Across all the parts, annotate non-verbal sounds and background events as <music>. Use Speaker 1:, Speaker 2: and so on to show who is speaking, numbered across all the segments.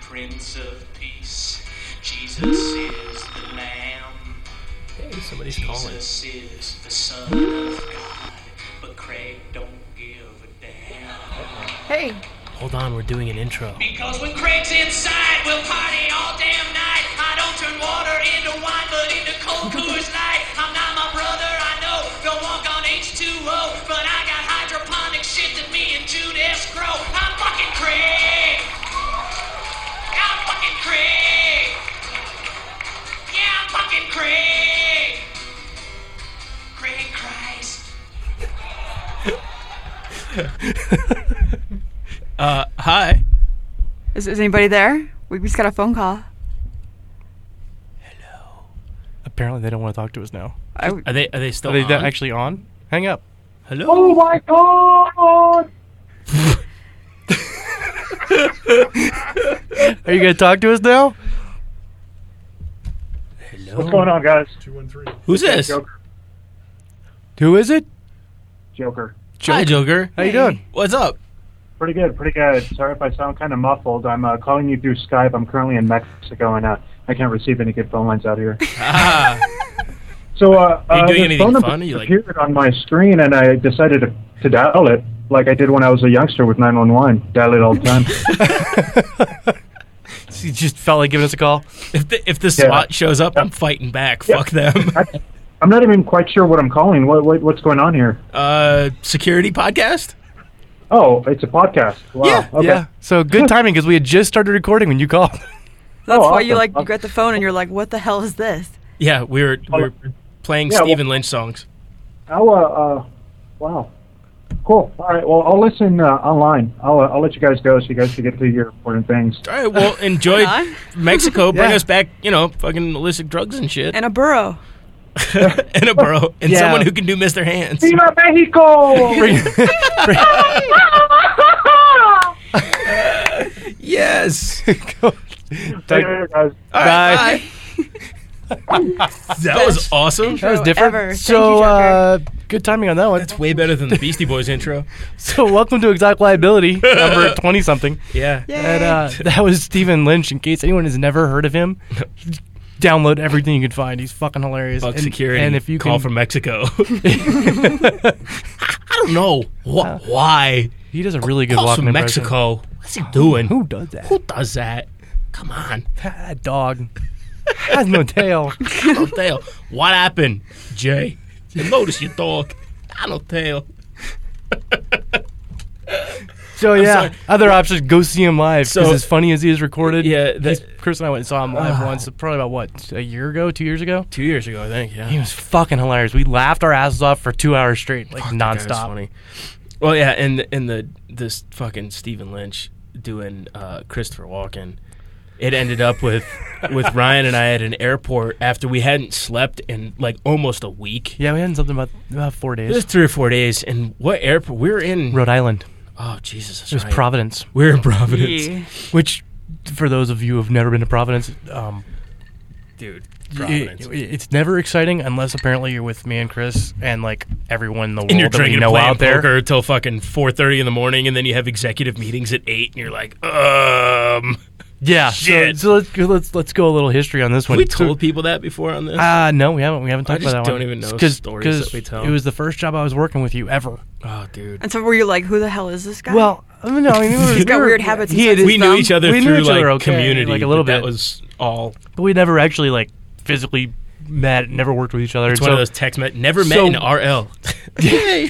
Speaker 1: Prince of Peace. Jesus is the Lamb.
Speaker 2: Hey, somebody's calling.
Speaker 1: Jesus is the Son of God. But Craig don't give a damn.
Speaker 3: Hey,
Speaker 2: Hold on, we're doing an intro.
Speaker 1: Because when Craig's inside, we'll party all damn night. I don't turn water into wine, but into cold Coors Light. I'm not my brother, I know. Don't walk on H2O, but I got hydroponic shit that me and Jude escrow. I'm fucking Craig. I'm fucking Craig. Yeah, I'm fucking Craig. Craig Christ.
Speaker 2: Hi.
Speaker 3: is, is anybody there? We just got a phone call.
Speaker 4: Apparently, they don't want to talk to us now.
Speaker 3: I, w-
Speaker 2: Are they are they still
Speaker 4: Are they
Speaker 2: on?
Speaker 4: that actually on? Hang up.
Speaker 2: Hello.
Speaker 5: Oh,
Speaker 4: Are you going to talk to us now?
Speaker 2: Hello.
Speaker 5: What's going on, guys?
Speaker 6: Two one three.
Speaker 2: Who's this?
Speaker 5: Joker.
Speaker 4: Who is it?
Speaker 5: Joker.
Speaker 2: Hi, Joker.
Speaker 4: How you doing?
Speaker 2: What's
Speaker 5: <laughs>
Speaker 2: up?
Speaker 5: Pretty good, pretty good. Sorry if I sound kind of muffled. I'm uh, calling you through Skype. I'm currently in Mexico and uh, I can't receive any good phone lines out
Speaker 2: <laughs>
Speaker 5: here.
Speaker 2: Ah,
Speaker 5: So, uh,
Speaker 2: you
Speaker 5: uh,
Speaker 2: doing
Speaker 5: this
Speaker 2: anything
Speaker 5: phone
Speaker 2: fun? Are
Speaker 5: number
Speaker 2: you, like-
Speaker 5: appeared on my screen and I decided to, to dial it like I did when I was a youngster with 911. Dial it all the time.
Speaker 2: <laughs>
Speaker 4: You just felt like giving us a call.
Speaker 2: if the if the
Speaker 5: Yeah.
Speaker 2: SWAT shows up, I'm fighting back. Fuck them.
Speaker 5: <laughs> I, I'm not even quite sure what I'm calling. What, what What's going on here?
Speaker 2: <laughs> Uh, security podcast.
Speaker 5: Oh, it's a podcast. Wow.
Speaker 2: Oh,
Speaker 4: Yeah,
Speaker 5: okay.
Speaker 4: yeah. So good timing because we had just started recording when
Speaker 2: <laughs>
Speaker 4: you called. <laughs>
Speaker 3: that's
Speaker 5: Oh,
Speaker 3: why you like
Speaker 5: awesome.
Speaker 3: you got the phone and you're like, what the hell is this?
Speaker 2: Yeah, we were we were playing
Speaker 5: Yeah, well-
Speaker 2: Stephen Lynch songs.
Speaker 5: I'll, uh, uh, wow. Cool. All right. Well, I'll listen uh, online. I'll, uh, I'll let you guys go so you guys can get to your important things.
Speaker 2: All right,
Speaker 5: <laughs>
Speaker 2: well, enjoy
Speaker 3: Right on.
Speaker 2: Mexico. Bring
Speaker 4: Yeah.
Speaker 2: us back, you know, fucking illicit drugs and shit, <laughs>
Speaker 3: And a burrow.
Speaker 2: and a
Speaker 5: <laughs>
Speaker 2: burro, and
Speaker 4: Yeah.
Speaker 2: someone who can do Mr. Hands.
Speaker 5: Viva Mexico!
Speaker 4: Bring- bring-
Speaker 2: Yes.
Speaker 4: Go-
Speaker 5: Later, guys.
Speaker 2: All
Speaker 4: Bye.
Speaker 2: right, bye. that was
Speaker 5: <laughs>
Speaker 2: awesome.
Speaker 4: That was different.
Speaker 3: Ever. Thank
Speaker 4: So
Speaker 3: you, Joker.
Speaker 4: uh, good timing on that one.
Speaker 2: That's way better than the Beastie Boys
Speaker 5: <laughs>
Speaker 2: intro.
Speaker 4: So welcome to Exact Liability
Speaker 2: <laughs>
Speaker 4: number twenty something.
Speaker 2: Yeah.
Speaker 3: Yay.
Speaker 4: And uh, that was Stephen Lynch. In case anyone has never heard of him, download everything you can find. He's fucking hilarious.
Speaker 2: Fuck
Speaker 4: and,
Speaker 2: security.
Speaker 4: And if you
Speaker 2: call
Speaker 4: can,
Speaker 2: from Mexico, <laughs> I don't know wh- why.
Speaker 4: <laughs> he does a really good
Speaker 2: Calls
Speaker 4: walk
Speaker 2: from Mexico. What's he doing?
Speaker 4: Who does that?
Speaker 2: Oh, Who does that? Come on.
Speaker 4: That dog <laughs> has no tail.
Speaker 2: I <laughs> don't tell. What happened, Jay? You notice your dog. I don't tell.
Speaker 4: So yeah,
Speaker 2: sorry.
Speaker 4: other options go see him live.
Speaker 2: So-
Speaker 4: So as funny as he is recorded,
Speaker 2: Yeah, Ah. that-
Speaker 4: he's- Chris and I went and saw him live once, probably about what a year ago, two years ago.
Speaker 2: Two years ago, I think. Yeah.
Speaker 4: He was fucking hilarious. We laughed our asses off for two hours straight, like
Speaker 2: That was
Speaker 4: nonstop.
Speaker 2: funny. Well, yeah, and and the this fucking Stephen Lynch doing uh, Christopher Walken. It ended up with <laughs> with Ryan and I at an airport after we hadn't slept in like almost a week.
Speaker 4: Yeah, we had something about about four
Speaker 2: It was
Speaker 4: days.
Speaker 2: three or four days, and what airport? We were in.
Speaker 4: Rhode Island.
Speaker 2: Oh Jesus! that's
Speaker 4: It was
Speaker 2: right.
Speaker 4: Providence,
Speaker 2: We were in Providence,
Speaker 3: Yeah.
Speaker 4: which for those of you who've never been to Providence, um,
Speaker 2: dude.
Speaker 4: it,
Speaker 2: Providence.
Speaker 4: it's never exciting unless apparently you're with me and Chris and like everyone in the world
Speaker 2: and you're
Speaker 4: that we
Speaker 2: drinking
Speaker 4: know
Speaker 2: playing
Speaker 4: out there.
Speaker 2: poker till fucking four thirty in the morning, and then you have executive meetings at eight, and you're like, um.
Speaker 4: Yeah,
Speaker 2: Shit.
Speaker 4: so, so let's go- let's let's go a little history on this one.
Speaker 2: Have we
Speaker 4: So-
Speaker 2: told people that before on this?
Speaker 4: Uh, no, we haven't. We haven't
Speaker 2: I
Speaker 4: talked
Speaker 2: just
Speaker 4: about that one.
Speaker 2: don't even know stories that we tell.
Speaker 4: It was the first job I was working with you ever.
Speaker 2: oh, dude.
Speaker 3: And so were you like, who the hell is this guy?
Speaker 4: Well, I mean,
Speaker 3: <laughs>
Speaker 4: no, I mean, we were-
Speaker 3: He's got
Speaker 4: we were-
Speaker 3: weird habits.
Speaker 4: He
Speaker 3: He had
Speaker 4: had his
Speaker 2: we knew
Speaker 3: thumb?
Speaker 2: each other
Speaker 4: We knew
Speaker 2: through
Speaker 4: each
Speaker 2: like
Speaker 4: other okay,
Speaker 2: community,
Speaker 4: like a little
Speaker 2: but That
Speaker 4: bit.
Speaker 2: was all.
Speaker 4: but we never actually like physically met. Never worked with each other.
Speaker 2: It's
Speaker 4: so,
Speaker 2: one of those text met never met
Speaker 4: so-
Speaker 2: in RL. <laughs>
Speaker 4: <laughs>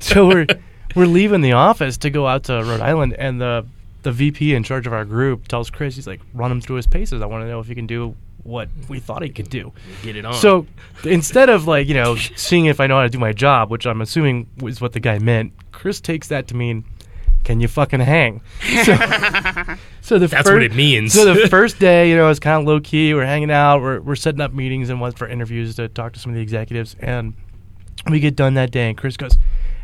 Speaker 4: so we're we're leaving the office to go out to Rhode Island, and the the VP in charge of our group tells Chris, he's like, run him through his paces. I want to know if he can do what we thought he could do.
Speaker 2: Get it on.
Speaker 4: So instead of like, you
Speaker 2: <laughs>
Speaker 4: know, seeing if I know how to do my job, which I'm assuming is what the guy meant, Chris takes that to mean, can you
Speaker 2: <laughs>
Speaker 4: fucking hang? So, so the
Speaker 2: That's
Speaker 4: fir-
Speaker 2: what it means. <laughs>
Speaker 4: So the first day, you know, it's kind of low key. We're hanging out. We're, we're setting up meetings and what for interviews to talk to some of the executives. And we get done that day, and Chris goes,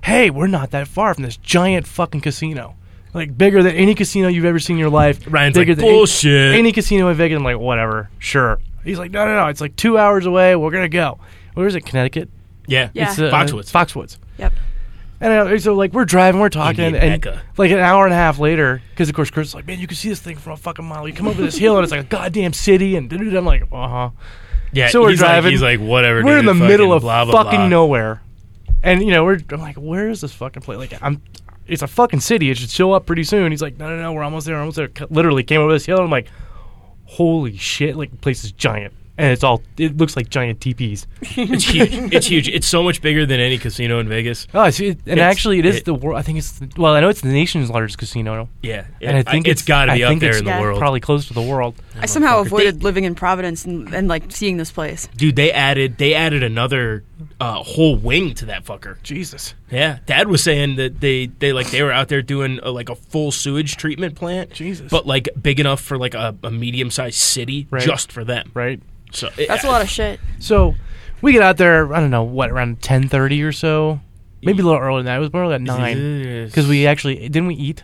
Speaker 4: "Hey, we're not that far from this giant fucking casino." Like bigger than any casino you've ever seen in your life.
Speaker 2: Ryan's
Speaker 4: bigger
Speaker 2: like,
Speaker 4: than any-
Speaker 2: "Bullshit."
Speaker 4: Any, casino in Vegas. I'm like, whatever, sure. He's like, no, no, no. It's like two hours away. We're gonna go. Where is it? Connecticut.
Speaker 2: yeah,
Speaker 3: Yeah.
Speaker 4: It's, uh,
Speaker 2: Foxwoods.
Speaker 4: Foxwoods.
Speaker 3: yep.
Speaker 4: And I, so, like, we're driving, we're talking,
Speaker 2: Indian
Speaker 4: and
Speaker 2: Mecca.
Speaker 4: like an hour and a half later, because of course, Kurt's like, "Man, you can see this thing from a fucking mile. You come over this hill, and it's like a goddamn city." And da-da-da. I'm like, "Uh huh."
Speaker 2: Yeah,
Speaker 4: So we're
Speaker 2: he's
Speaker 4: driving.
Speaker 2: Like, he's like, whatever.
Speaker 4: We're
Speaker 2: dude,
Speaker 4: in the
Speaker 2: fucking
Speaker 4: middle of
Speaker 2: blah, blah,
Speaker 4: fucking
Speaker 2: blah.
Speaker 4: nowhere, and you know, we're I'm like, "Where is this fucking place?" Like, I'm, it's a fucking city. It should show up pretty soon. He's like, "No, no, no, we're almost there. We're almost there." C- Literally came over this hill. And I'm like, "Holy shit!" Like, the place is giant, and it's all. It looks like giant
Speaker 2: <laughs>
Speaker 4: teepees.
Speaker 2: It's huge. It's huge. It's so much bigger than any casino in Vegas.
Speaker 4: Oh, I see. It, and
Speaker 2: It's-
Speaker 4: actually, it is
Speaker 2: it-
Speaker 4: the world. I think it's the, well. I know it's the nation's largest casino.
Speaker 2: Yeah, it,
Speaker 4: And I think
Speaker 2: it's
Speaker 4: it's-
Speaker 2: got to
Speaker 4: I
Speaker 2: be up
Speaker 4: think
Speaker 2: there
Speaker 4: it's
Speaker 2: in the
Speaker 3: got-
Speaker 2: world.
Speaker 4: Probably close to the world.
Speaker 3: I somehow
Speaker 2: Motherfucker.
Speaker 3: avoided living in Providence and, and like seeing this place.
Speaker 2: Dude, they added they added another uh, whole wing to that fucker.
Speaker 4: Jesus.
Speaker 2: Yeah, Dad was saying that they they like they were out there doing a, like a full sewage treatment plant,
Speaker 4: Jesus.
Speaker 2: but like big enough for like a, a medium sized city
Speaker 4: Right.
Speaker 2: just for them.
Speaker 4: Right.
Speaker 2: So
Speaker 3: That's a lot of shit.
Speaker 4: So we get out there. I don't know what around ten thirty or so, maybe a little earlier than that. It was more like nine because we actually didn't we eat.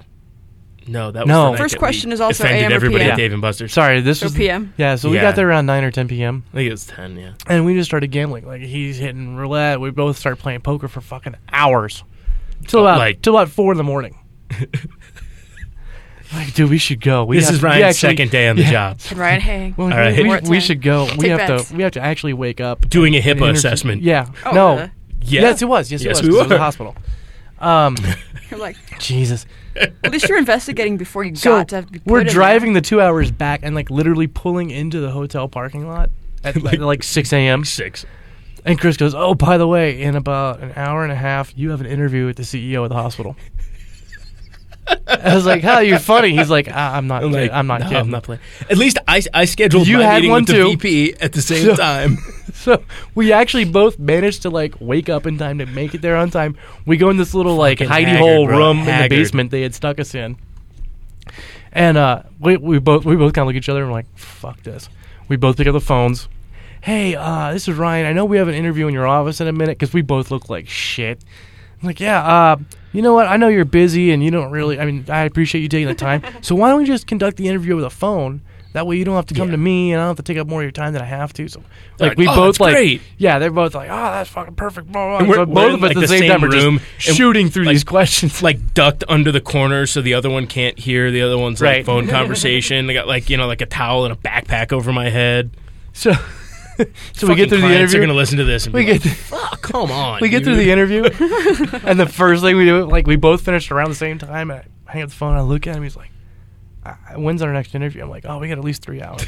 Speaker 2: no that was
Speaker 4: No.
Speaker 2: the night
Speaker 3: First
Speaker 2: that we
Speaker 3: question is also
Speaker 2: offended
Speaker 3: AM or
Speaker 2: everybody
Speaker 3: PM?
Speaker 2: at Dave and Buster's.
Speaker 4: Sorry, this
Speaker 3: Or
Speaker 4: was
Speaker 3: PM.
Speaker 4: Yeah, so we
Speaker 2: Yeah.
Speaker 4: got there around nine or ten p.m.
Speaker 2: I think it was ten. Yeah,
Speaker 4: and we just started gambling. Like he's hitting roulette. We both start playing poker for fucking hours till about
Speaker 2: Oh, like-
Speaker 4: till about four in
Speaker 2: <laughs>
Speaker 4: the morning. like, dude, we should go. We
Speaker 2: this
Speaker 4: have-
Speaker 2: is
Speaker 4: we
Speaker 2: Ryan's
Speaker 4: actually-
Speaker 2: second day on the
Speaker 4: Yeah.
Speaker 2: job,
Speaker 3: Can Ryan hang?
Speaker 4: Well,
Speaker 2: All
Speaker 4: we-
Speaker 2: right.
Speaker 4: we,
Speaker 3: We're at
Speaker 4: we
Speaker 3: 10.
Speaker 4: should go. we
Speaker 3: Take
Speaker 4: have
Speaker 3: bets.
Speaker 4: to. We have to actually wake up.
Speaker 2: doing a HIPAA
Speaker 4: and interview-
Speaker 2: assessment.
Speaker 4: Yeah.
Speaker 3: Oh,
Speaker 4: no.
Speaker 3: really?
Speaker 2: yeah,
Speaker 4: Yes, it was. Yes,
Speaker 2: Yes,
Speaker 4: it was.
Speaker 2: we
Speaker 4: 'cause It was
Speaker 2: were.
Speaker 4: a hospital.
Speaker 2: <laughs>
Speaker 4: Um,
Speaker 3: You're like,
Speaker 4: Jesus.
Speaker 3: at least you're investigating before you
Speaker 4: <laughs> So
Speaker 3: got to be put
Speaker 4: we're
Speaker 3: in there.
Speaker 4: driving the two hours back and like literally pulling into the hotel parking lot at like, like 6 a.m.
Speaker 2: six.
Speaker 4: And Chris goes, "Oh, by the way, in about an hour and a half, you have an interview with the CEO of the hospital." I was like, "How you're funny." He's like, "Ah, "I'm not.
Speaker 2: I'm
Speaker 4: kidding.
Speaker 2: like,
Speaker 4: I'm not
Speaker 2: no,
Speaker 4: kidding.
Speaker 2: I'm not playing. At least I, I scheduled
Speaker 4: You
Speaker 2: my
Speaker 4: had
Speaker 2: meeting
Speaker 4: one
Speaker 2: with the
Speaker 4: too.
Speaker 2: VP at the same
Speaker 4: So- <laughs>
Speaker 2: time.
Speaker 4: So we actually both managed to like wake up in time to make it there on time. We go in this little like
Speaker 2: Fucking
Speaker 4: hidey
Speaker 2: haggard,
Speaker 4: hole
Speaker 2: bro.
Speaker 4: room in the
Speaker 2: Haggard.
Speaker 4: basement they had stuck us in, and uh, we we both we both kind of look at each other and we're like, "Fuck this." We both pick up the phones. Hey, uh, this is Ryan. I know we have an interview in your office in a minute because we both look like shit. I'm like, yeah, uh, you know what? I know you're busy and you don't really. I mean, I appreciate you taking
Speaker 2: <laughs>
Speaker 4: the time. so why don't we just conduct the interview over the phone? That way you don't have to come
Speaker 2: Yeah.
Speaker 4: to me and I don't have to take up more of your time than I have to. So
Speaker 2: They're
Speaker 4: like
Speaker 2: like,
Speaker 4: we
Speaker 2: "Oh,
Speaker 4: both
Speaker 2: that's
Speaker 4: like
Speaker 2: great."
Speaker 4: yeah, they're both like, oh, that's fucking perfect. Blah, blah.
Speaker 2: And we're-
Speaker 4: So
Speaker 2: we're
Speaker 4: both
Speaker 2: in,
Speaker 4: of us
Speaker 2: like,
Speaker 4: at the same, time are just
Speaker 2: room, and-
Speaker 4: shooting through
Speaker 2: like-
Speaker 4: these questions. <laughs>
Speaker 2: like ducked under the corner so the other one can't hear the other one's like
Speaker 4: Right. <laughs>
Speaker 2: phone conversation. I got like you know like a towel and a backpack over my head.
Speaker 4: So so we
Speaker 2: Fucking
Speaker 4: get through the
Speaker 2: clients are
Speaker 4: interview.
Speaker 2: gonna listen to this. And
Speaker 4: we
Speaker 2: be like,
Speaker 4: get
Speaker 2: "Fuck, come on.
Speaker 4: we get through
Speaker 2: <laughs>
Speaker 4: the interview, and the first thing we do, like we both finished around the same time. I hang up the phone. I look at him. He's like, "I- "When's our next interview?" I'm like, "Oh, we got at least
Speaker 2: <laughs>
Speaker 4: three hours."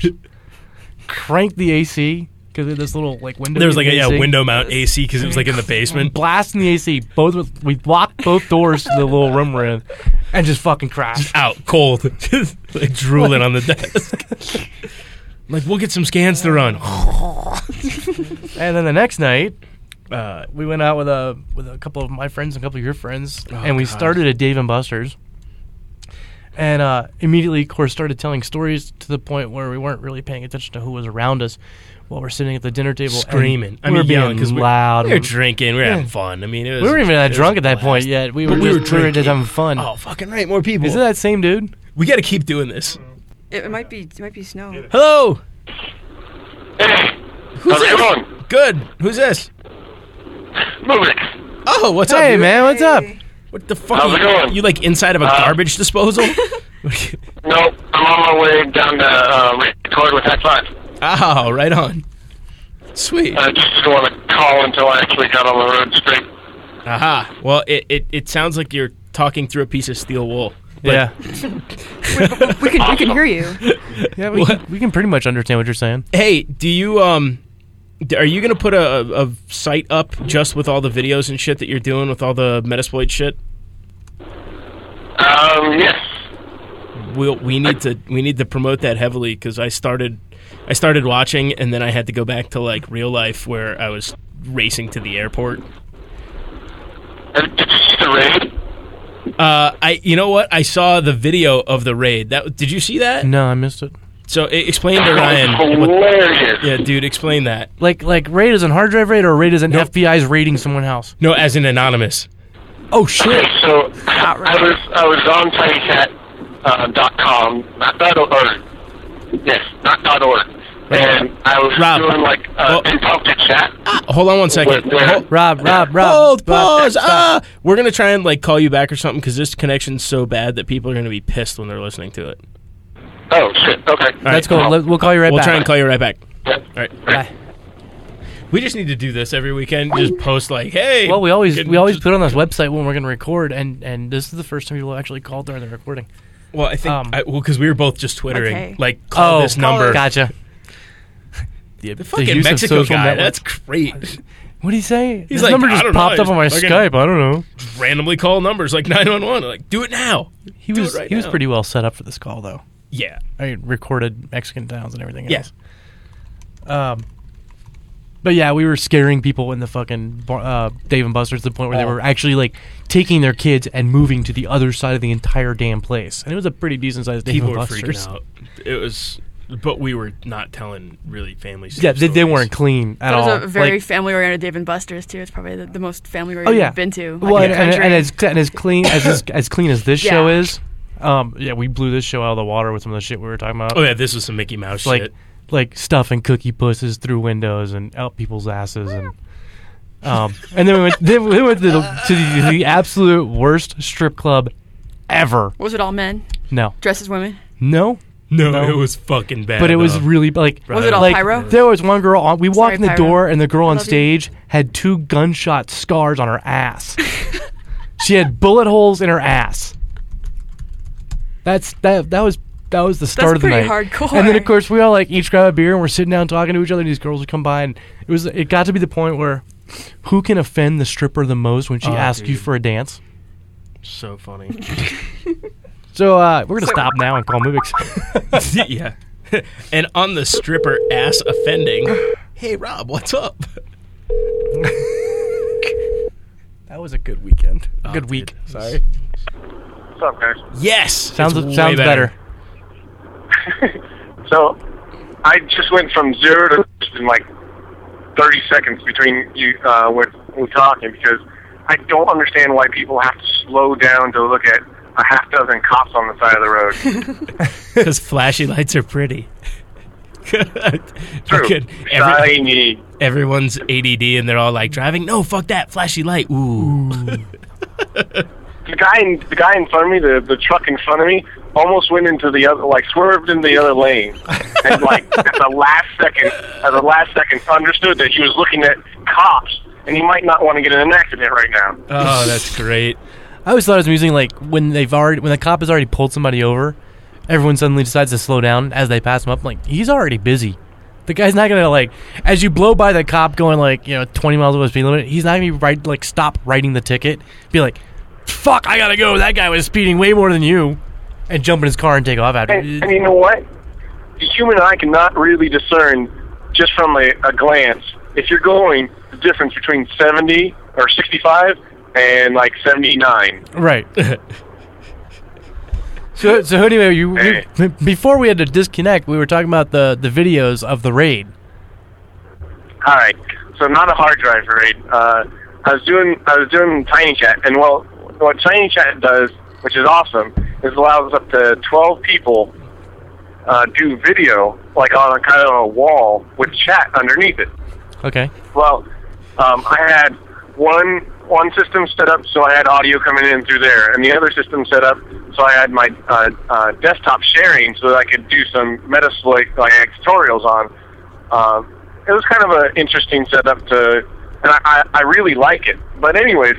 Speaker 4: Crank the AC because had this little like window.
Speaker 2: There was like
Speaker 4: in
Speaker 2: a
Speaker 4: the
Speaker 2: yeah,
Speaker 4: AC.
Speaker 2: window mount AC because it was like in the
Speaker 4: <laughs>
Speaker 2: basement.
Speaker 4: Blasting the AC. Both with- we locked both doors to the little room we're in, and just fucking crashed.
Speaker 2: Out cold, <laughs> Just, like drooling on the desk.
Speaker 4: <laughs>
Speaker 2: like we'll get some scans to run. <laughs>
Speaker 4: And then the next night,
Speaker 2: Uh,
Speaker 4: we went out with a with a couple of my friends and a couple of your friends,
Speaker 2: Oh,
Speaker 4: and we
Speaker 2: God.
Speaker 4: started at Dave and Buster's. And uh, immediately, of course, started telling stories to the point where we weren't really paying attention to who was around us while we're sitting at the dinner table and
Speaker 2: screaming. I
Speaker 4: we
Speaker 2: mean,
Speaker 4: were
Speaker 2: yelling
Speaker 4: being
Speaker 2: 'cause we-
Speaker 4: loud.
Speaker 2: We were drinking. We were having
Speaker 4: Yeah.
Speaker 2: fun. I mean, it was,
Speaker 4: we weren't even
Speaker 2: it
Speaker 4: that
Speaker 2: was a
Speaker 4: drunk at that
Speaker 2: blast.
Speaker 4: point yet. We were,
Speaker 2: But we
Speaker 4: just,
Speaker 2: were drinking.
Speaker 4: just having fun.
Speaker 2: Oh, fucking right! More people.
Speaker 4: Is it that same dude?
Speaker 2: we got to keep doing this.
Speaker 3: <laughs> It, it might be. It might be snow.
Speaker 2: Hello.
Speaker 6: Hey,
Speaker 2: Who's
Speaker 6: how's it
Speaker 2: this?
Speaker 6: going?
Speaker 2: Good. Who's this?
Speaker 6: Moving.
Speaker 2: Oh, what's up?
Speaker 4: Hey
Speaker 2: dude?
Speaker 4: man, what's up?
Speaker 3: Hey.
Speaker 2: What the fuck?
Speaker 6: How's
Speaker 2: you,
Speaker 6: it going?
Speaker 2: you like inside of a
Speaker 6: Uh,
Speaker 2: garbage
Speaker 6: <laughs>
Speaker 2: disposal?
Speaker 6: Nope, I'm on my way down to uh, record with Act 5.
Speaker 2: oh, right on. Sweet.
Speaker 6: I just didn't want to call until I actually got on the road straight.
Speaker 2: Aha. Well, it, it, it sounds like you're talking through a piece of steel wool. But-
Speaker 4: yeah,
Speaker 3: We can. We can hear
Speaker 4: <laughs>
Speaker 3: you.
Speaker 4: yeah. We
Speaker 2: What?
Speaker 4: can, we can pretty much understand what you're saying.
Speaker 2: Hey, do you um, d- are you gonna put a, a, a site up just with all the videos and shit that you're doing with all the Metasploit shit?
Speaker 6: Um, yes.
Speaker 2: We will we need to we need to promote that heavily because I started I started watching and then I had to go back to like real life where I was racing to the airport.
Speaker 6: Uh, Did you see the raid?
Speaker 2: Uh, I you know what I saw the video of the raid. That did you see that?
Speaker 4: No, I missed it.
Speaker 2: So e- explain to
Speaker 6: That was
Speaker 2: Ryan. What,
Speaker 6: hilarious.
Speaker 2: yeah, dude, explain that.
Speaker 4: Like like raid is an hard drive raid or raid is an FBI's raiding someone else.
Speaker 2: No, as in anonymous.
Speaker 4: Oh shit.
Speaker 6: So, I was, I was on tinychat, uh, dot com, not dot org. Yes, not dot org. and I was
Speaker 2: Rob.
Speaker 6: doing like uh,
Speaker 2: Oh.
Speaker 6: impromptu chat.
Speaker 2: Hold on one second.
Speaker 6: Wait, wait.
Speaker 2: Hold-
Speaker 4: Rob, Rob, Rob.
Speaker 2: Hold,
Speaker 4: Rob,
Speaker 2: pause.
Speaker 4: stop.
Speaker 2: Ah, we're gonna try and like call you back or something because this connection's so bad that people are gonna be pissed when they're listening to it.
Speaker 6: Oh shit! Okay.
Speaker 4: That's cool. Let- We'll call you right
Speaker 2: we'll
Speaker 4: back.
Speaker 2: try and call you right back.
Speaker 6: Yep.
Speaker 2: All right.
Speaker 4: Bye.
Speaker 2: We just need to do this every weekend. Just post like, hey.
Speaker 4: Well, we always
Speaker 2: can-
Speaker 4: we always put on this website when we're going to record, and and this is the first time people actually called during the recording.
Speaker 2: Well, I think
Speaker 4: um,
Speaker 2: I, well because we were both just twittering
Speaker 3: Okay.
Speaker 2: like call
Speaker 4: oh,
Speaker 2: this number.
Speaker 4: Gotcha.
Speaker 2: The fucking
Speaker 4: use of
Speaker 2: Mexico
Speaker 4: social
Speaker 2: guy.
Speaker 4: networks.
Speaker 2: That's great.
Speaker 4: What do you say?
Speaker 2: He's
Speaker 4: this
Speaker 2: like,
Speaker 4: number
Speaker 2: I
Speaker 4: just
Speaker 2: don't know,
Speaker 4: popped up
Speaker 2: he's
Speaker 4: on my
Speaker 2: fucking-
Speaker 4: Skype. I don't know.
Speaker 2: Randomly call numbers like <laughs> nine one one. Like do it now.
Speaker 4: He
Speaker 2: Do it
Speaker 4: was
Speaker 2: right
Speaker 4: he was
Speaker 2: now.
Speaker 4: pretty well set up for this call though.
Speaker 2: Yeah.
Speaker 4: I mean, recorded Mexican towns and everything.
Speaker 2: Yeah.
Speaker 4: Else. Um. But yeah, we were scaring people in the fucking bar- uh, Dave and Buster's to the point where they
Speaker 2: Oh.
Speaker 4: were actually like taking their kids and moving to the other side of the entire damn place, and it was a pretty decent sized Dave
Speaker 2: People
Speaker 4: and
Speaker 2: were
Speaker 4: Buster's.
Speaker 2: freaking out. It was, but we were not telling really family.
Speaker 4: Yeah, they, they
Speaker 2: stories.
Speaker 4: weren't clean at
Speaker 3: That
Speaker 4: all.
Speaker 3: was a very
Speaker 4: Like-
Speaker 3: family-oriented Dave and Buster's too. It's probably the, the most family-oriented
Speaker 4: oh yeah,
Speaker 3: I've been to.
Speaker 4: Well,
Speaker 3: like,
Speaker 4: and,
Speaker 3: in the
Speaker 4: and,
Speaker 3: country.
Speaker 4: and as and as clean as this, as clean as this
Speaker 3: Yeah.
Speaker 4: show is, um, yeah, we blew this show out of the water with some of the shit we were talking about.
Speaker 2: Oh yeah, this was some Mickey Mouse
Speaker 4: like
Speaker 2: shit.
Speaker 4: like stuffing cookie pusses through windows and out people's asses and um and then we went <laughs> then we went to the, to the, the absolute worst strip club ever.
Speaker 3: was it all men
Speaker 4: No,
Speaker 3: dressed as women?
Speaker 4: no.
Speaker 2: No,
Speaker 4: No.
Speaker 2: it was fucking bad.
Speaker 4: But it was
Speaker 2: though.
Speaker 4: really like
Speaker 2: Was it all
Speaker 4: like,
Speaker 3: pyro?
Speaker 4: There was one girl on. We walked
Speaker 3: Sorry,
Speaker 4: in the
Speaker 3: pyro.
Speaker 4: door, and the girl on
Speaker 3: love you.
Speaker 4: stage had two gunshot scars on her
Speaker 3: <laughs>
Speaker 4: ass. she had bullet holes in her ass. That's that. That was that was the start of the night.
Speaker 3: pretty hardcore.
Speaker 4: And then of course we all like each grab a beer and we're sitting down talking to each other. And these girls would come by, and it was it got to be the point where who can offend the stripper the most when she
Speaker 2: Oh,
Speaker 4: asks you
Speaker 2: dude.
Speaker 4: for a dance?
Speaker 2: so funny.
Speaker 4: <laughs> So uh, we're gonna stop now and call Mubix.
Speaker 2: <laughs>
Speaker 4: <laughs>
Speaker 2: yeah. and on the stripper ass offending. Hey Rob, what's up?
Speaker 4: that was a good weekend. A good
Speaker 2: Oh, dude,
Speaker 4: week.
Speaker 2: it was-
Speaker 4: Sorry.
Speaker 6: What's up, guys?
Speaker 2: Yes.
Speaker 4: Sounds
Speaker 2: it's way <laughs>
Speaker 4: sounds better.
Speaker 6: So, I just went from zero to just in like 30 seconds between you uh, with we talking because I don't understand why people have to slow down to look at a half dozen cops on the side of the road.
Speaker 2: Because flashy lights are pretty. Fucking every-
Speaker 6: Shiny.
Speaker 2: everyone's ADD and they're all like driving. No, fuck that flashy light. Ooh.
Speaker 6: The guy in the guy in front of me, the the truck in front of me, almost went into the other, like swerved into the other lane, and like at the last second, at the last second, understood that he was looking at cops, and he might not want to get in an accident right now.
Speaker 2: Oh, that's great.
Speaker 4: I always thought it was amusing, like when they've already when the cop has already pulled somebody over, everyone suddenly decides to slow down as they pass him up. I'm like he's already busy. The guy's not gonna like as you blow by the cop going like you know 20 miles over the speed limit. He's not gonna be right like stop writing the ticket. Be like, fuck, I gotta go. That guy was speeding way more than you, and jump in his car and take off after.
Speaker 6: And, and you know what? The human eye cannot really discern just from a, a glance if you're going the difference between 70 or 65 and like 79.
Speaker 2: <laughs>
Speaker 4: Right. so so anyway, you, you before we had to disconnect, we were talking about the the videos of the raid.
Speaker 6: All right. So not a hard drive raid. Uh, I was doing I was doing Tiny Chat, and well, what Tiny Chat does, which is awesome, is allows up to 12 people uh, do video like on a kind of a wall with chat underneath it.
Speaker 4: Okay.
Speaker 6: Well, um, I had one one system set up, so I had audio coming in through there, and the other system set up, so I had my uh, uh, desktop sharing, so that I could do some meta like, like tutorials on. Um, it was kind of an interesting setup to, and I, I, I really like it. But anyways,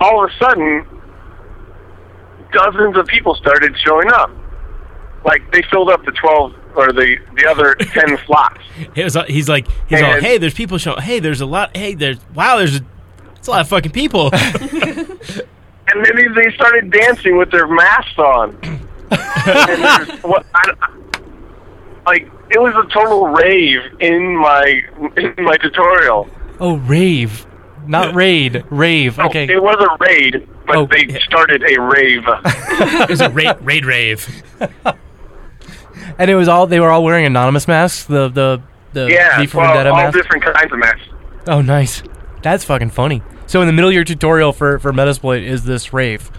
Speaker 6: all of a sudden, dozens of people started showing up. Like they filled up the twelve or the the other ten slots.
Speaker 2: He was, uh, he's like, he's all,
Speaker 6: And-
Speaker 2: hey, there's people showing. Hey, there's a lot. Hey, there's wow, there's a, it's a lot of fucking
Speaker 6: <laughs>
Speaker 2: people.
Speaker 6: and then they- they started dancing with their masks
Speaker 4: <laughs>
Speaker 6: on. and there's- what, I, like it was a total rave in my in my tutorial.
Speaker 4: Oh, rave, not raid. Rave.
Speaker 6: No,
Speaker 4: Okay.
Speaker 6: Oh, It was a raid, but
Speaker 4: Oh.
Speaker 6: they started a
Speaker 4: <laughs>
Speaker 6: rave.
Speaker 2: it was a raid, raid rave.
Speaker 4: And it was all they were all wearing anonymous masks. The the the
Speaker 6: yeah,
Speaker 4: V for
Speaker 6: well,
Speaker 4: Vendetta
Speaker 6: all
Speaker 4: mask.
Speaker 6: different kinds of masks.
Speaker 4: oh, nice. That's fucking funny. So in the middle of your tutorial for for Metasploit is this rave?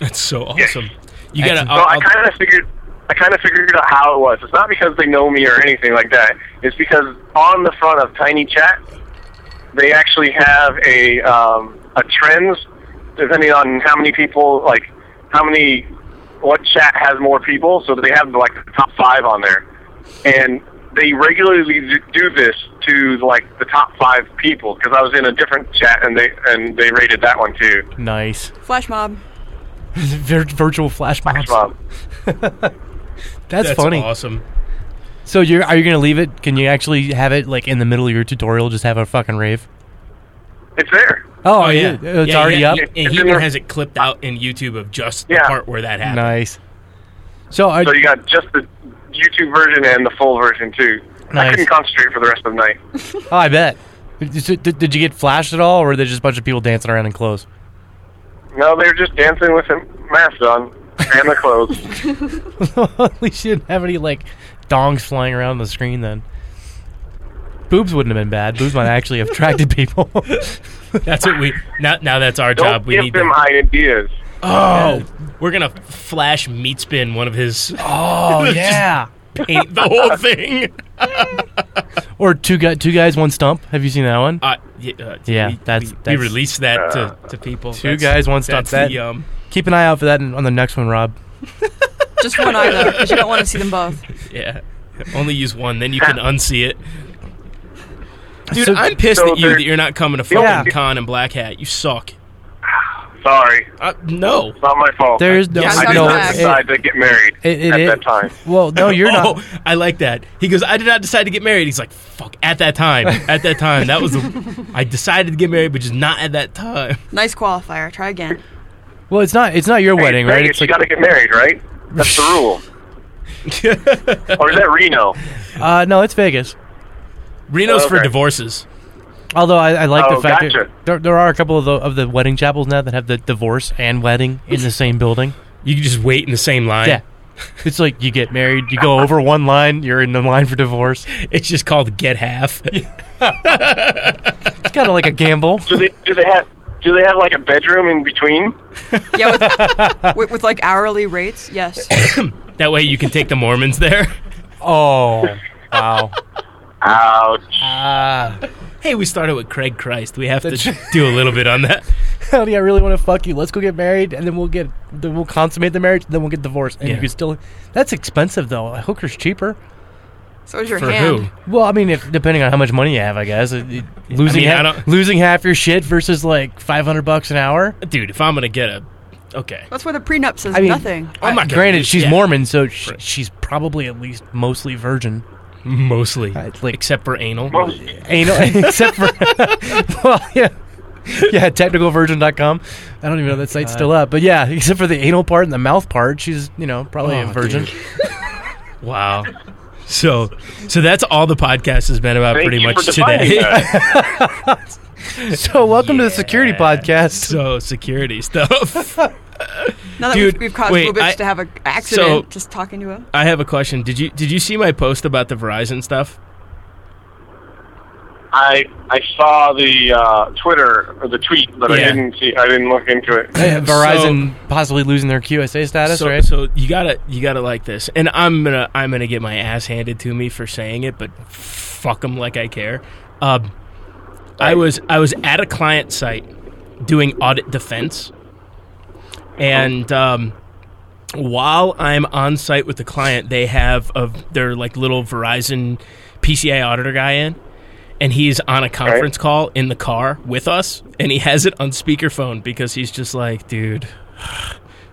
Speaker 2: That's so awesome. You gotta.
Speaker 4: Excellent.
Speaker 6: So
Speaker 2: I'll,
Speaker 6: I
Speaker 2: I'll,
Speaker 6: kind of figured I kind of figured out how it was. It's not because they know me or anything like that. It's because on the front of Tiny Chat, they actually have a um, a trends depending on how many people like how many what chat has more people. So they have like the top five on there, and they regularly d- do this to like the top five people because I was in a different chat and they and they rated that one too.
Speaker 4: Nice. <laughs>
Speaker 3: Flash mob.
Speaker 4: Vir- virtual flash mobs.
Speaker 6: Um,
Speaker 4: That's, funny.
Speaker 2: awesome.
Speaker 4: So you're are you gonna leave it? Can you actually have it like in the middle of your tutorial? Just have a fucking rave.
Speaker 6: it's there.
Speaker 4: Oh,
Speaker 2: Oh yeah,
Speaker 4: yeah, it's
Speaker 2: Yeah,
Speaker 4: already
Speaker 2: yeah,
Speaker 4: up.
Speaker 2: yeah, And
Speaker 6: It's
Speaker 2: he even
Speaker 6: in the-
Speaker 2: has it clipped out in YouTube of just the
Speaker 6: Yeah.
Speaker 2: part where that happened.
Speaker 4: Nice. So, I,
Speaker 6: So you got just the YouTube version and the full version too. I
Speaker 4: Nice.
Speaker 6: couldn't concentrate for the rest of the night.
Speaker 4: oh, I bet. Did, did- did you get flashed at all, or were there just a bunch of people dancing around in clothes?
Speaker 6: No, they were just dancing with a mask on and the
Speaker 4: <laughs>
Speaker 6: clothes.
Speaker 4: At least you didn't have any like dongs flying around on the screen then. Boobs wouldn't have been bad. Boobs might actually have attracted people.
Speaker 2: That's what we now. Now that's our
Speaker 6: Don't
Speaker 2: job. We
Speaker 6: give
Speaker 2: need
Speaker 6: them
Speaker 2: to.
Speaker 6: ideas.
Speaker 2: Oh, we're gonna flash meat spin one of his
Speaker 4: <laughs>
Speaker 2: <laughs>
Speaker 4: oh yeah.
Speaker 2: paint the
Speaker 6: <laughs>
Speaker 2: whole thing.
Speaker 4: <laughs> Or two guy, two guys, one stump. Have you seen that one?
Speaker 2: Uh, yeah, uh,
Speaker 4: Yeah,
Speaker 2: we,
Speaker 4: that's-
Speaker 2: we, we
Speaker 4: that's-
Speaker 2: released that
Speaker 6: Uh,
Speaker 2: to, to people.
Speaker 4: Two guys, one stop.
Speaker 2: That's
Speaker 4: That-
Speaker 2: the um,
Speaker 4: Keep an eye out for that in- on the next one, Rob.
Speaker 3: Just one eye though, 'cause you don't want to see them both.
Speaker 2: yeah. <laughs> Only use one, then you can unsee it. Dude,
Speaker 4: So-
Speaker 2: I'm pissed
Speaker 6: so
Speaker 2: at you
Speaker 6: there-
Speaker 2: that you're not coming to fucking
Speaker 4: Yeah.
Speaker 2: con and black hat. You suck.
Speaker 6: Sorry, it's
Speaker 2: Uh, no.
Speaker 6: not my fault.
Speaker 4: There is no,
Speaker 3: Yeah,
Speaker 6: I did
Speaker 3: no,
Speaker 6: not
Speaker 3: it-
Speaker 6: decide to get married
Speaker 4: it- it
Speaker 6: at
Speaker 4: is-
Speaker 6: that time.
Speaker 4: Well, no, you're
Speaker 6: <laughs>
Speaker 2: oh,
Speaker 4: not.
Speaker 2: I like that. He goes, I did not decide to get married. He's like, fuck, at that time. At that time. That was, <laughs> the, I decided to get married, but just not at that time.
Speaker 3: Nice qualifier. Try again.
Speaker 4: Well, it's not. It's not your wedding,
Speaker 6: Vegas,
Speaker 4: right? It's
Speaker 6: you
Speaker 4: like,
Speaker 6: got to get married, right? That's the rule. or is that Reno?
Speaker 4: uh, no, it's Vegas.
Speaker 2: Reno's for
Speaker 6: Okay.
Speaker 2: divorces.
Speaker 4: Although I, I like
Speaker 6: Oh,
Speaker 4: the fact
Speaker 6: gotcha.
Speaker 4: that there, there are a couple of the of the wedding chapels now that have the divorce and wedding in the same building.
Speaker 2: You can just wait in the same line.
Speaker 4: Yeah. It's like you get married, you go over one line, you're in the line for divorce.
Speaker 2: It's just called get <laughs> half.
Speaker 4: It's kind of like a gamble.
Speaker 6: Do they do they have do they have like a bedroom in between?
Speaker 3: Yeah,
Speaker 2: <laughs>
Speaker 3: with, with, with like hourly rates. Yes.
Speaker 2: that way you can take the Mormons there.
Speaker 4: Oh, wow.
Speaker 6: Ouch!
Speaker 4: Ah.
Speaker 2: Hey, we started with Craig Christ. We have to do a little bit on that.
Speaker 4: <laughs> honey, I really want to fuck you. Let's go get married, and then we'll get then we'll consummate the marriage, and then we'll get divorced. And
Speaker 2: Yeah.
Speaker 4: you can still. That's expensive though. A hooker's cheaper.
Speaker 3: So is
Speaker 2: <laughs>
Speaker 3: your
Speaker 2: For
Speaker 3: hand.
Speaker 2: who?
Speaker 4: Well, I mean, if depending on how much money you have, I guess It- it- losing
Speaker 2: mean, I
Speaker 4: ha-
Speaker 2: don't-
Speaker 4: losing half your shit versus like five hundred bucks an hour.
Speaker 2: Dude, if I'm going to get a. Okay.
Speaker 3: That's where the prenup says
Speaker 4: I mean,
Speaker 3: nothing.
Speaker 2: I'm not gonna
Speaker 4: Granted,
Speaker 2: lose-
Speaker 4: she's
Speaker 2: yeah,
Speaker 4: Mormon, so sh- she's probably at least mostly virgin.
Speaker 2: Mostly.
Speaker 4: It's like-
Speaker 2: except for anal.
Speaker 6: Most,
Speaker 4: Anal, <laughs> except for well, yeah, yeah, technicalvirgin.com. I don't even know that site's still up, but yeah, <laughs> except for the anal part and the mouth part, she's you know probably a
Speaker 2: Oh,
Speaker 4: virgin.
Speaker 2: dude. Wow. So, so that's all the podcast has been about
Speaker 6: thank
Speaker 2: pretty
Speaker 6: you
Speaker 2: much
Speaker 6: for defining
Speaker 2: today.
Speaker 6: that.
Speaker 4: <laughs> So welcome to the security
Speaker 2: <laughs>
Speaker 4: podcast. <laughs>
Speaker 2: So security stuff.
Speaker 3: Now that
Speaker 2: Dude,
Speaker 3: we've, we've caused
Speaker 2: wait,
Speaker 3: Lubitsch
Speaker 2: I-
Speaker 3: to have an accident,
Speaker 2: so-
Speaker 3: just talking to him.
Speaker 2: I have a question. Did you did you see my post about the Verizon stuff?
Speaker 6: I I saw the uh, Twitter or the tweet, but I
Speaker 2: Yeah.
Speaker 6: didn't see. I didn't look into it.
Speaker 4: Yeah, Verizon possibly losing their QSA status,
Speaker 2: so,
Speaker 4: right?
Speaker 2: so you gotta you gotta like this, and I'm gonna I'm gonna get my ass handed to me for saying it, but fuck them like I care. Um, I was I was at a client site doing audit defense, and um, while I'm on site with the client, they have of their like little Verizon PCI auditor guy in, and he's on a conference call in the car with us, and he has it on speakerphone because he's just like, dude.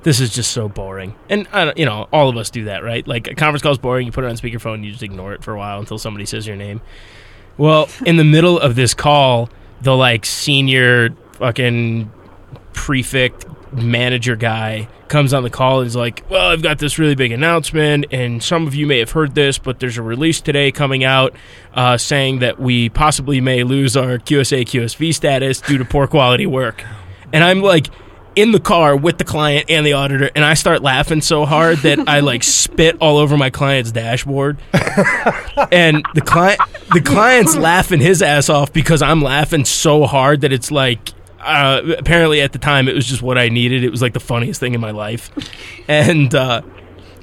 Speaker 2: This is just so boring, and I don't, you know, all of us do that, right? Like a conference call is boring. You put it on speakerphone, you just ignore it for a while until somebody says your name. Well, in the middle of this call, the like senior fucking prefect manager guy comes on the call and is like, "Well, I've got this really big announcement, and some of you may have heard this, but there's a release today coming out uh, saying that we possibly may lose our QSA QSV status due to poor quality work." And I'm like. In the car with the client and the auditor, and I start laughing so hard that I like spit all over my client's dashboard and the client the client's laughing his ass off because I'm laughing so hard that it's like uh, apparently at the time it was just what I needed. It was like the funniest thing in my life, and uh,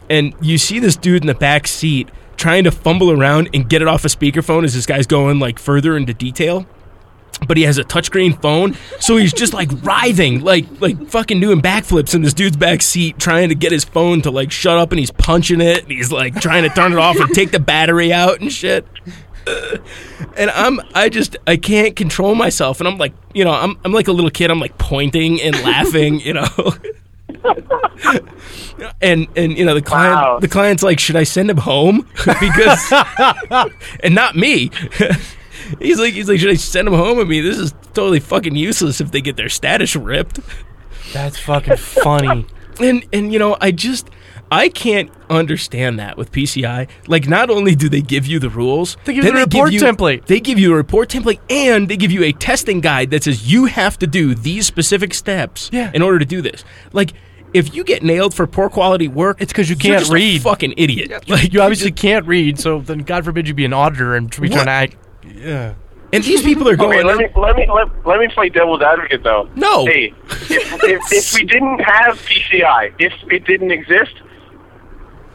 Speaker 2: and you see this dude in the back seat trying to fumble around and get it off a speakerphone as this guy's going like further into detail. But he has a touchscreen phone, so he's just like writhing, like like fucking doing backflips in this dude's back seat, trying to get his phone to like shut up, and he's punching it, and he's like trying to turn it off and take the battery out and shit and I'm I just I can't control myself and I'm like you know I'm I'm like a little kid I'm like pointing and laughing you know <laughs> and and you know the client
Speaker 6: Wow.
Speaker 2: the client's like should I send him home <laughs> because and not me <laughs> he's like he's like should I send him home I mean this is totally fucking useless if they get their status ripped
Speaker 4: That's fucking funny.
Speaker 2: and and you know I just I can't understand that with PCI. Like, not only do they give you the rules,
Speaker 4: They give you
Speaker 2: then
Speaker 4: the report template.
Speaker 2: They give you a report template, and they give you a testing guide that says you have to do these specific steps
Speaker 4: Yeah.
Speaker 2: in order to do this. Like, if you get nailed for poor quality work,
Speaker 4: It's 'cause you
Speaker 2: you're
Speaker 4: can't
Speaker 2: just a
Speaker 4: read.
Speaker 2: fucking idiot. Like
Speaker 4: <laughs> You obviously <laughs>
Speaker 2: just-
Speaker 4: can't read, so then God forbid you be an auditor and be
Speaker 2: What?
Speaker 4: trying to act.
Speaker 2: and these people
Speaker 4: Oh,
Speaker 2: are going.
Speaker 6: Okay, let me let me let, let me play devil's advocate though.
Speaker 2: No.
Speaker 6: Hey, if, if, if we didn't have PCI, if it didn't exist,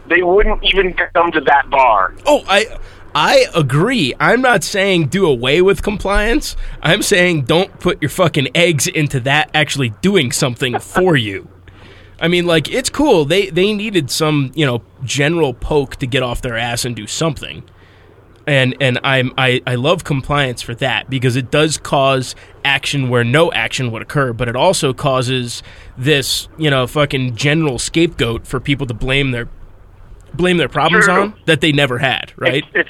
Speaker 6: they wouldn't even come to that bar.
Speaker 2: Oh, I I agree. I'm not saying do away with compliance. I'm saying don't put your fucking eggs into that actually doing something for you. I mean, like it's cool. They they needed some, you know, general poke to get off their ass and do something. And and I'm I, I love compliance for that because it does cause action where no action would occur, but it also causes this, you know, fucking general scapegoat for people to blame their blame their problems
Speaker 6: True.
Speaker 2: on that they never had, right?
Speaker 6: It's it's,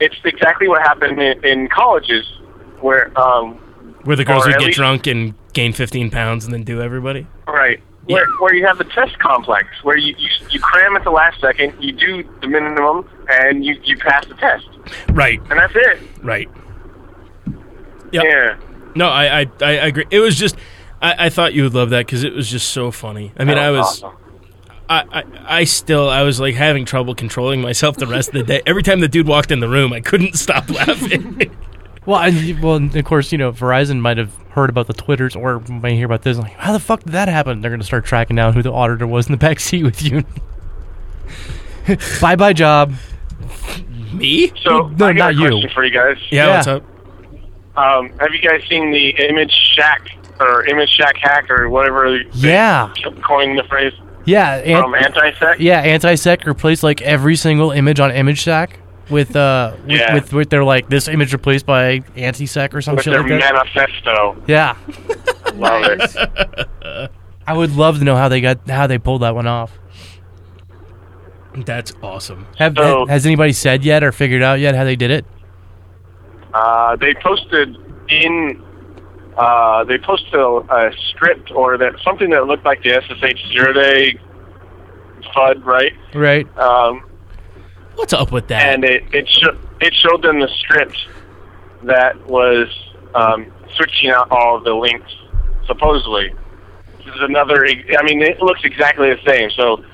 Speaker 6: it's exactly what happened in, in colleges where um
Speaker 2: Where the girls
Speaker 6: Or
Speaker 2: would
Speaker 6: at
Speaker 2: get
Speaker 6: least-
Speaker 2: drunk and gain 15 pounds and then do everybody.
Speaker 6: Right. Where, where you have the test complex, where you, you, you cram at the last second, you do the minimum, and you, you pass the test.
Speaker 2: Right,
Speaker 6: And that's it.
Speaker 2: right.
Speaker 6: Yeah.
Speaker 2: No, I, I, I agree. It was just, I, I thought you would love that because it was just so funny. I mean, I was,
Speaker 6: Awesome.
Speaker 2: I, I, I still, I was like having trouble controlling myself the rest of the day. Every time the dude walked in the room, I couldn't stop laughing. <laughs>
Speaker 4: Well, and, well, and of course, you know Verizon might have heard about the Twitters or may hear about this. Like, how the fuck did that happen? They're gonna start tracking down who the auditor was in the <laughs> back seat with you. bye, bye, job.
Speaker 2: Me?
Speaker 6: So
Speaker 4: No,
Speaker 6: I
Speaker 4: not
Speaker 6: got a
Speaker 4: you.
Speaker 6: question for you guys.
Speaker 2: Yeah,
Speaker 4: Yeah.
Speaker 2: what's up?
Speaker 6: Um, have you guys seen the Image Shack or Image Shack hack or whatever? they
Speaker 4: Yeah,
Speaker 6: Coined the phrase
Speaker 4: yeah, and,
Speaker 6: from anti-sec.
Speaker 4: yeah. Anti-sec replaced like every single image on ImageSec with uh with,
Speaker 6: Yeah.
Speaker 4: with with their like this image replaced by anti-sec or some
Speaker 6: With
Speaker 4: shit
Speaker 6: their
Speaker 4: like that.
Speaker 6: manifesto.
Speaker 4: yeah,
Speaker 6: Love it.
Speaker 4: <laughs> I would love to know how they got how they pulled that one off.
Speaker 2: That's awesome.
Speaker 4: Have,
Speaker 6: So-
Speaker 4: has anybody said yet or figured out yet how they did it?
Speaker 6: Uh, they posted in uh, they posted a, a script or that something that looked like the SSH zero day FUD, right?
Speaker 4: Right.
Speaker 6: Um,
Speaker 2: What's up with that?
Speaker 6: and it it, sho- it showed them the script that was um, switching out all of the links, supposedly. This is another. e- I mean, it looks exactly the same. So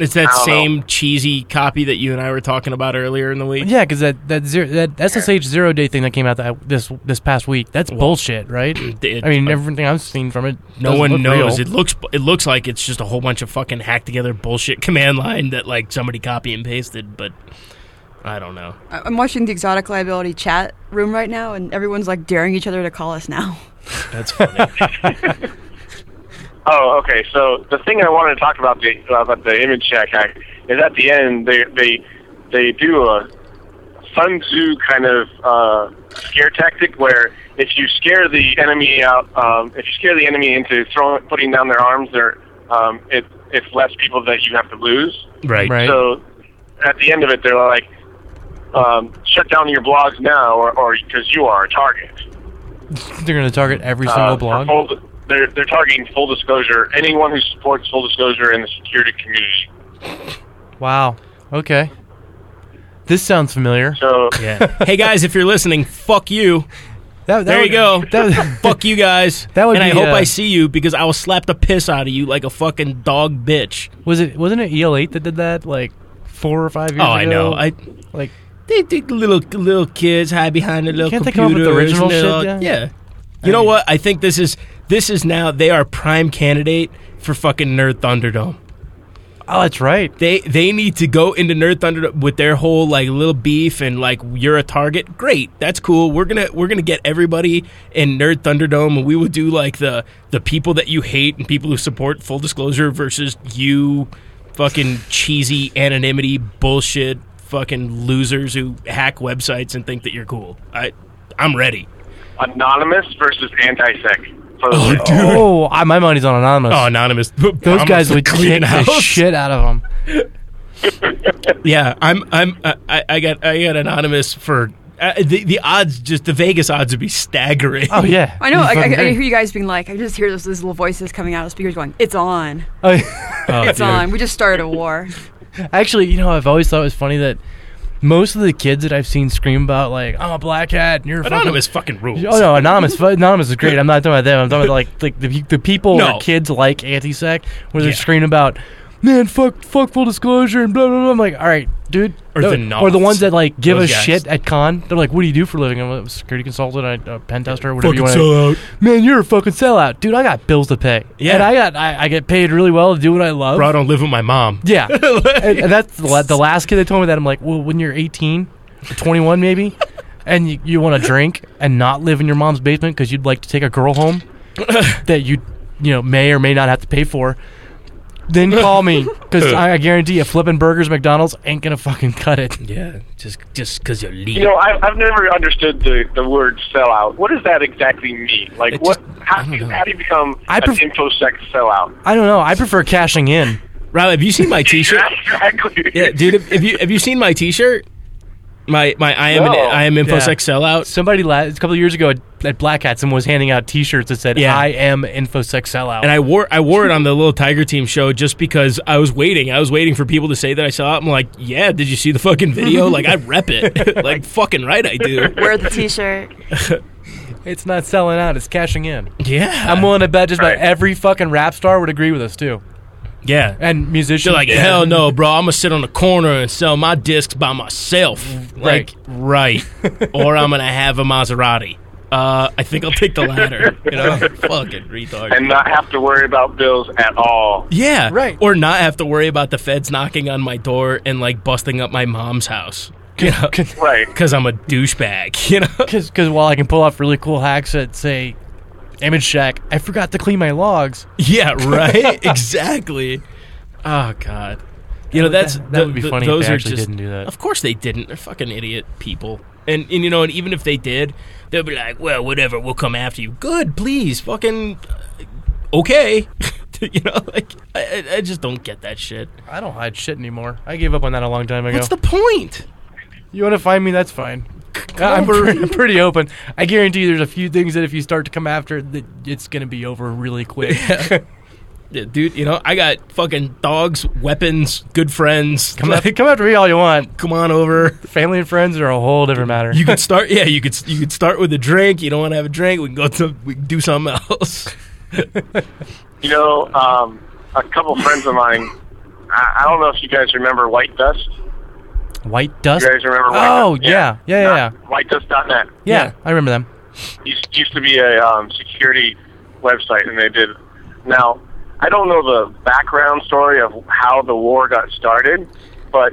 Speaker 2: it's that
Speaker 6: I don't
Speaker 2: same cheesy copy that you and I were talking about earlier in the week.
Speaker 4: Yeah, because that that zero, that SSH zero day thing that came out that, this this past week that's bullshit, right?
Speaker 2: It-
Speaker 4: I mean, everything I've seen from it,
Speaker 2: No
Speaker 4: doesn't
Speaker 2: one
Speaker 4: look
Speaker 2: knows.
Speaker 4: real.
Speaker 2: It looks it looks like it's just a whole bunch of fucking hacked together bullshit <laughs> command line that like somebody copy and pasted, but I don't know.
Speaker 3: I- I'm watching the exotic liability chat room right now, and everyone's like daring each other to call us now. <laughs>
Speaker 2: That's funny.
Speaker 6: Oh, okay. So the thing I wanted to talk about the about the image check hack is at the end they they they do a Sun Tzu kind of uh, scare tactic where if you scare the enemy out, um, if you scare the enemy into throwing putting down their arms, they're um, it it's less people that you have to lose.
Speaker 2: right.
Speaker 4: Right.
Speaker 6: So at the end of it, they're like, um, shut down your blogs now, or or because you are a target.
Speaker 4: They're going to target every
Speaker 6: Uh,
Speaker 4: single
Speaker 6: for
Speaker 4: blog.
Speaker 6: full- they're, they're targeting full disclosure. Anyone who supports full disclosure in the security community.
Speaker 4: Wow. Okay. This sounds familiar.
Speaker 6: So
Speaker 4: <laughs>
Speaker 2: Yeah. hey guys, if you're listening, fuck you.
Speaker 4: That, that
Speaker 2: There you go.
Speaker 4: would- that would- <laughs>
Speaker 2: Fuck you guys.
Speaker 4: That would
Speaker 2: and I
Speaker 4: be,
Speaker 2: hope
Speaker 4: uh,
Speaker 2: I see you because I will slap the piss out of you like a fucking dog bitch.
Speaker 4: was it? Wasn't it EL8 that did that? Like four or five years
Speaker 2: Oh,
Speaker 4: ago.
Speaker 2: I know. I
Speaker 4: like.
Speaker 2: they, they little little kids hide behind their little
Speaker 4: Can't they come up
Speaker 2: computers.
Speaker 4: with original
Speaker 2: and they're
Speaker 4: shit?
Speaker 2: all-
Speaker 4: Yeah.
Speaker 2: yeah. You know what? I think this is this is now they are prime candidate for fucking nerd Thunderdome.
Speaker 4: Oh,
Speaker 2: <laughs>
Speaker 4: that's right.
Speaker 2: They they need to go into Nerd Thunder with their whole like little beef and like you're a target. Great, that's cool. We're gonna we're gonna get everybody in Nerd Thunderdome, and we will do like the the people that you hate and people who support full disclosure versus you, fucking cheesy anonymity bullshit, fucking losers who hack websites and think that you're cool. I I'm ready.
Speaker 6: Anonymous versus anti-sec. For the win.
Speaker 4: Oh, I, my money's on Anonymous.
Speaker 2: Oh, anonymous.
Speaker 4: Those guys would kick the shit out of them.
Speaker 2: Yeah, I'm. I'm. I- I, I got. I got anonymous for uh, the the odds. Just the Vegas odds would be staggering.
Speaker 4: Oh yeah,
Speaker 3: <laughs> I know. I, I, I
Speaker 4: Fucking great.
Speaker 3: hear you guys being like, I just hear those, those little voices coming out of speakers going, "It's on,
Speaker 4: Oh, yeah.
Speaker 3: <laughs> it's on." We just started a war.
Speaker 4: Actually, you know, I've always thought it was funny that most of the kids that I've seen scream about like, "I'm a black hat," and you're fucking-
Speaker 2: <laughs> anonymous fucking rules.
Speaker 4: <laughs> Oh no, anonymous. fu- anonymous is great. I'm not talking about them. I'm talking about like like the, pe- the people
Speaker 2: No.
Speaker 4: or kids like anti-sec where they're
Speaker 2: Yeah.
Speaker 4: screaming about, man, fuck, fuck full disclosure and blah blah blah. I'm like, all right, dude.
Speaker 2: Or the
Speaker 4: or the
Speaker 2: Noths.
Speaker 4: ones that like give
Speaker 2: Those
Speaker 4: a
Speaker 2: guys.
Speaker 4: shit at con. They're like, what do you do for a living? I'm a security consultant, I- a pen tester, whatever
Speaker 2: Fucking
Speaker 4: you want.
Speaker 2: sellout.
Speaker 4: Man, you're a fucking sellout, dude. I got bills to pay.
Speaker 2: Yeah.
Speaker 4: and I got I, I get paid really well to do what I love.
Speaker 2: Bro, I don't live with my mom.
Speaker 4: Yeah. and, and that's the, la- the last kid that told me that. I'm like, well, when you're 18, 21 maybe, and you, you want to drink and not live in your mom's basement because you'd like to take a girl home that you, you know, may or may not have to pay for, then call me because I, I guarantee you, flipping burgers, McDonald's ain't gonna fucking cut it.
Speaker 2: Yeah, just just because you're leaving.
Speaker 6: You know, I, I've never understood the, the word sellout. What does that exactly mean? Like,
Speaker 2: It
Speaker 6: what?
Speaker 2: just- I
Speaker 6: how,
Speaker 2: don't
Speaker 6: do you,
Speaker 2: know.
Speaker 6: how do you become
Speaker 4: I
Speaker 6: an
Speaker 4: pref-
Speaker 6: infosec sellout?
Speaker 4: I don't know. I prefer cashing in.
Speaker 2: Rob, have you seen my <laughs> T-shirt?
Speaker 6: <laughs> exactly.
Speaker 2: yeah, dude. Have, have you have you seen my T-shirt? My my I am
Speaker 6: No.
Speaker 2: an, I am infosec
Speaker 4: Yeah.
Speaker 2: sellout.
Speaker 4: Somebody la a couple of years ago at, at Black Hat, someone was handing out T-shirts that said,
Speaker 2: Yeah.
Speaker 4: "I am InfoSec sellout."
Speaker 2: And I wore I wore it on the little Tiger Team show just because I was waiting. I was waiting for people to say that I saw it. I'm like, yeah, did you see the fucking video? Like I rep it. <laughs> like fucking right I
Speaker 4: <laughs>
Speaker 2: do.
Speaker 3: Wear the T-shirt.
Speaker 4: it's not selling out; it's cashing in.
Speaker 2: Yeah.
Speaker 4: I'm willing to bet just about
Speaker 6: Right.
Speaker 4: every fucking rap star would agree with us too,
Speaker 2: yeah.
Speaker 4: and musicians.
Speaker 2: They're like, hell no, bro. I'm gonna sit on the corner and sell my discs by myself. Like,
Speaker 4: <laughs>
Speaker 2: right. or I'm gonna have a Maserati. Uh, I think I'll take the latter. You know,
Speaker 4: <laughs>
Speaker 2: fucking retard.
Speaker 6: And not have to worry about bills
Speaker 2: <laughs>
Speaker 6: at all.
Speaker 2: yeah,
Speaker 4: Right.
Speaker 2: Or not have to worry about the feds knocking on my door and like busting up my mom's house. You
Speaker 4: <laughs>
Speaker 2: know,
Speaker 6: Right.
Speaker 2: because I'm a douchebag. <laughs> You know.
Speaker 4: because while I can pull off really cool hacks that say, "Image Shack," I forgot to clean my logs.
Speaker 2: Yeah, right. <laughs> exactly. Oh God. You know that's
Speaker 4: that- that would be funny if
Speaker 2: Those
Speaker 4: they
Speaker 2: are
Speaker 4: actually
Speaker 2: just,
Speaker 4: didn't do that.
Speaker 2: <laughs> Of course they didn't. They're fucking idiot people. And and you know, and even if they did, they'll be like, well, whatever. We'll come after you. Good, please, fucking uh, okay. <laughs> you know, like I, I- I just don't get that shit.
Speaker 4: I don't hide shit anymore. I gave up on that a long time ago.
Speaker 2: What's the point?
Speaker 4: you want to find me? That's fine. I'm, pre- I'm pretty open. I guarantee there's a few things that if you start to come after, that it's gonna be over really quick.
Speaker 2: <laughs> Yeah, dude, you know, I got fucking dogs, weapons, good friends.
Speaker 4: come,
Speaker 2: Like,
Speaker 4: after, <laughs> come after me all you want.
Speaker 2: come on over.
Speaker 4: Family and friends are a whole different matter.
Speaker 2: You could start, yeah. You could you could start with a drink. You don't want to have a drink. We can go to we can do something else.
Speaker 6: You know, um, a couple friends of mine. I, I don't know if you guys remember White Dust.
Speaker 4: White dust.
Speaker 6: You guys remember? White
Speaker 4: Oh,
Speaker 6: Dust?
Speaker 4: yeah. Yeah, yeah,
Speaker 6: Not- WhiteDust.net.
Speaker 4: yeah,
Speaker 2: Yeah.
Speaker 4: I remember them.
Speaker 6: used, used to be a um, security website, and they did. Now, I don't know the background story of how the war got started, but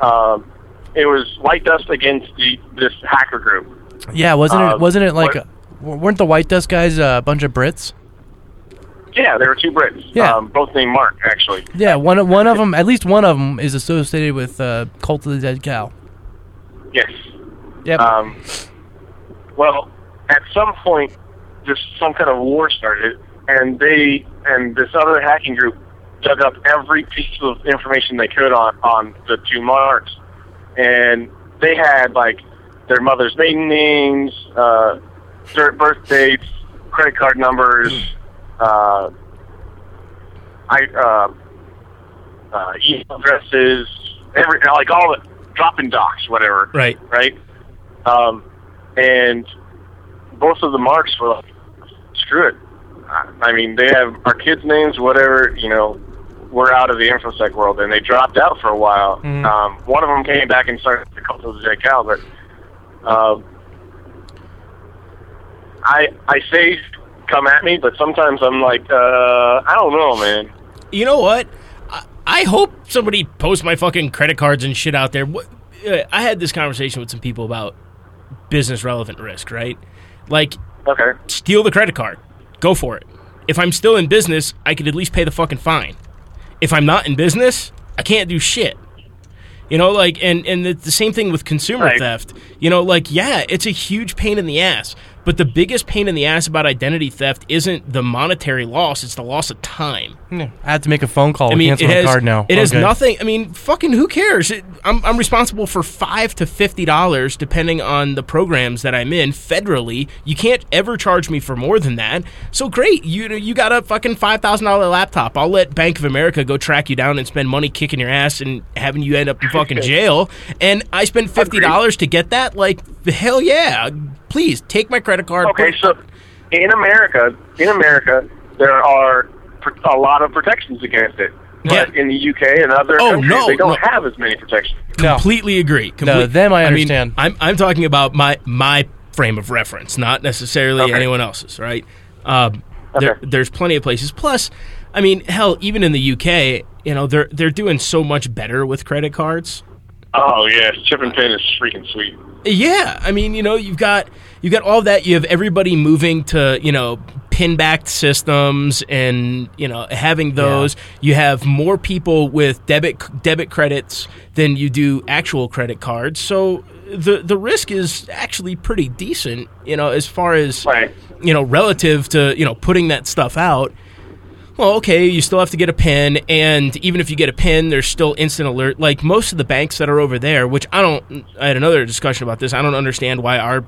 Speaker 6: um, it was White Dust against the, this hacker group.
Speaker 4: Yeah, wasn't it?
Speaker 6: Um,
Speaker 4: Wasn't it like?
Speaker 6: what-
Speaker 4: w- weren't the White Dust guys uh, a bunch of Brits?
Speaker 6: Yeah, there were two Brits,
Speaker 4: Yeah.
Speaker 6: um, both named Mark, actually.
Speaker 4: Yeah, one of- one of them, at least one of them, is associated with uh, Cult of the Dead Cow.
Speaker 6: Yes.
Speaker 4: Yep.
Speaker 6: Um, well, at some point, just some kind of war started, and they and this other hacking group dug up every piece of information they could on on the two marks, and they had like their mother's maiden names, uh, their birth dates, credit card numbers, uh, I uh, uh, email addresses, every like all the drop-in docs, whatever
Speaker 2: Right.
Speaker 6: right? Um, and both of the marks were like, screw it. I I mean, they have our kids' names, whatever, you know, we're out of the InfoSec world. And they dropped out for a while.
Speaker 4: Mhm.
Speaker 6: Um, one of them came back and started the Cult of the Dead Cow, but um, I, I say come at me, but sometimes I'm like, uh, I don't know, man.
Speaker 2: You know what? I, I I hope somebody posts my fucking credit cards and shit out there. What, uh, I had this conversation with some people about business relevant risk, right? Like,
Speaker 6: Okay.
Speaker 2: steal the credit card. Go for it. If I'm still in business, I could at least pay the fucking fine. If I'm not in business, I can't do shit. You know, like, and and it's the same thing with consumer
Speaker 6: Right.
Speaker 2: theft. You know, like, yeah, it's a huge pain in the ass. But the biggest pain in the ass about identity theft isn't the monetary loss; it's the loss of time.
Speaker 4: Yeah, I have to make a phone call.
Speaker 2: I mean,
Speaker 4: cancel
Speaker 2: it has,
Speaker 4: my card now.
Speaker 2: It has
Speaker 4: Okay.
Speaker 2: nothing. I mean, fucking who cares? It, I'm, I'm responsible for five to fifty dollars, depending on the programs that I'm in. Federally, you can't ever charge me for more than that. So great, you you got a fucking five thousand dollar laptop. I'll let Bank of America go track you down and spend money kicking your ass and having you end up in fucking jail. And I spent fifty dollars to get that. Like hell yeah, please take my credit card.
Speaker 6: Okay,
Speaker 2: put-
Speaker 6: so in America, in America, there are pr- a lot of protections against it.
Speaker 2: Yeah.
Speaker 6: But in the UK and other
Speaker 2: Oh,
Speaker 6: countries,
Speaker 2: no,
Speaker 6: they don't
Speaker 2: no.
Speaker 6: have as many protections.
Speaker 4: No.
Speaker 2: completely agree. Comple-
Speaker 4: No, them I
Speaker 2: mean,
Speaker 4: understand.
Speaker 2: I'm I'm talking about my my frame of reference, not necessarily
Speaker 6: Okay.
Speaker 2: anyone else's. Right? Um, there,
Speaker 6: Okay.
Speaker 2: there's plenty of places. Plus, I mean, hell, even in the UK, you know, they're they're doing so much better with credit cards.
Speaker 6: Oh yes, chip and pin is freaking sweet.
Speaker 2: Yeah, I mean, you know, you've got you've got all that. You have everybody moving to you know pin backed systems and you know having those. You have more people with debit debit credits than you do actual credit cards. So the the risk is actually pretty decent. You know, as far as
Speaker 6: Right.
Speaker 2: you know, relative to you know putting that stuff out. Well, okay, you still have to get a pin, and even if you get a pin, there's still instant alert. Like most of the banks that are over there, which I don't. I had another discussion about this. I don't understand why our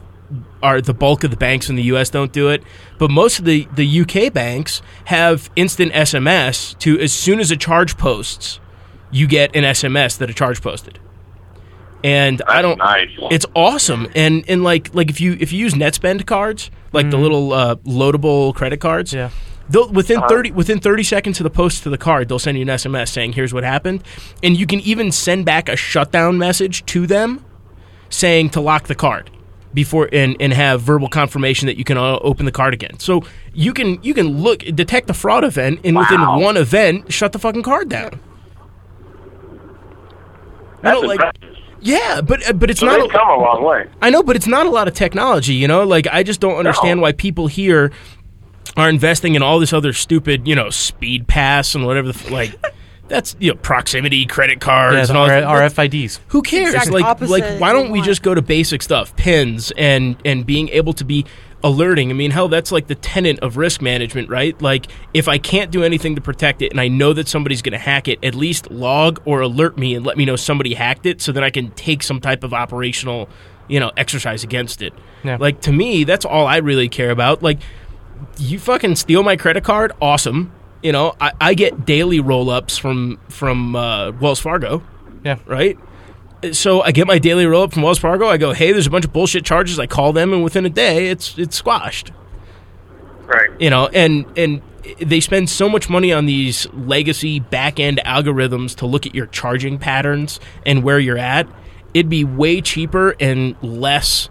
Speaker 2: are the bulk of the banks in the U.S. don't do it, but most of the the UK banks have instant SMS to as soon as a charge posts, you get an SMS that a charge posted. And I don't.
Speaker 6: Nice.
Speaker 2: It's awesome, and and like like if you if you use NetSpend cards, like
Speaker 6: Mm.
Speaker 2: the little uh, loadable credit cards,
Speaker 4: Yeah.
Speaker 2: They'll, within
Speaker 6: Uh-huh.
Speaker 2: thirty within thirty seconds of the post to the card, they'll send you an SMS saying here's what happened, and you can even send back a shutdown message to them, saying to lock the card before and, and have verbal confirmation that you can uh, open the card again. So you can you can look detect the fraud event, and within
Speaker 6: Wow.
Speaker 2: one event, shut the fucking card down.
Speaker 6: That's
Speaker 2: no, like-
Speaker 6: impressive.
Speaker 2: Yeah, but uh, but it's
Speaker 6: So
Speaker 2: not.
Speaker 6: they've come a long way.
Speaker 2: I know, but it's not a lot of technology, you know? Like, I just don't understand why people here are investing in all this other stupid, you know, speed pass and whatever the, f- like, <laughs> that's, you know, proximity, credit cards,
Speaker 4: Yeah,
Speaker 2: and all
Speaker 4: the
Speaker 2: that.
Speaker 4: R- RFIDs.
Speaker 2: Who cares?
Speaker 3: Exact
Speaker 2: Like,
Speaker 3: opposite
Speaker 2: like, why
Speaker 3: we
Speaker 2: don't we
Speaker 3: want.
Speaker 2: just go to basic stuff, pins, and and being able to be alerting? I mean, hell, that's like the tenet of risk management, right? Like, if I can't do anything to protect it, and I know that somebody's going to hack it, at least log or alert me and let me know somebody hacked it, so that I can take some type of operational, you know, exercise against it.
Speaker 4: Yeah.
Speaker 2: Like to me, that's all I really care about. Like, you fucking steal my credit card, awesome. You know, I, I get daily roll ups from from uh, Wells Fargo
Speaker 4: Yeah.
Speaker 2: right? So I get my daily roll up from Wells Fargo. I go, hey, there's a bunch of bullshit charges. I call them, and within a day, it's it's squashed.
Speaker 6: Right.
Speaker 2: You know, and and they spend so much money on these legacy back end algorithms to look at your charging patterns and where you're at. It'd be way cheaper and less,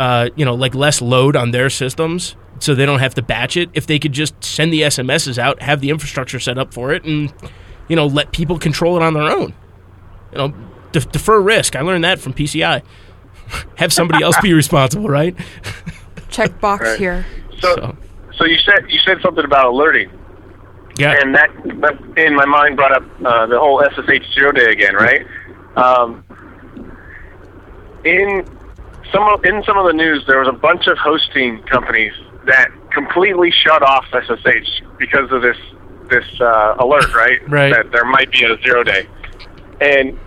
Speaker 2: uh, you know, like less load on their systems, so they don't have to batch it. If they could just send the SMSs out, have the infrastructure set up for it, and you know, let people control it on their own you know, de- defer risk. I <laughs> learned that from PCI. Have somebody else be responsible, right?
Speaker 3: Check box
Speaker 6: Right.
Speaker 3: here.
Speaker 6: So,
Speaker 2: So.
Speaker 6: so, you said you said something about alerting,
Speaker 2: Yeah.
Speaker 6: and that, that in my mind brought up uh, the whole SSH zero day again, right? Um, in some of, in some of the news, there was a bunch of hosting companies that completely shut off SSH because of this this uh, alert, right?
Speaker 4: Right.
Speaker 6: That there might be a zero day, and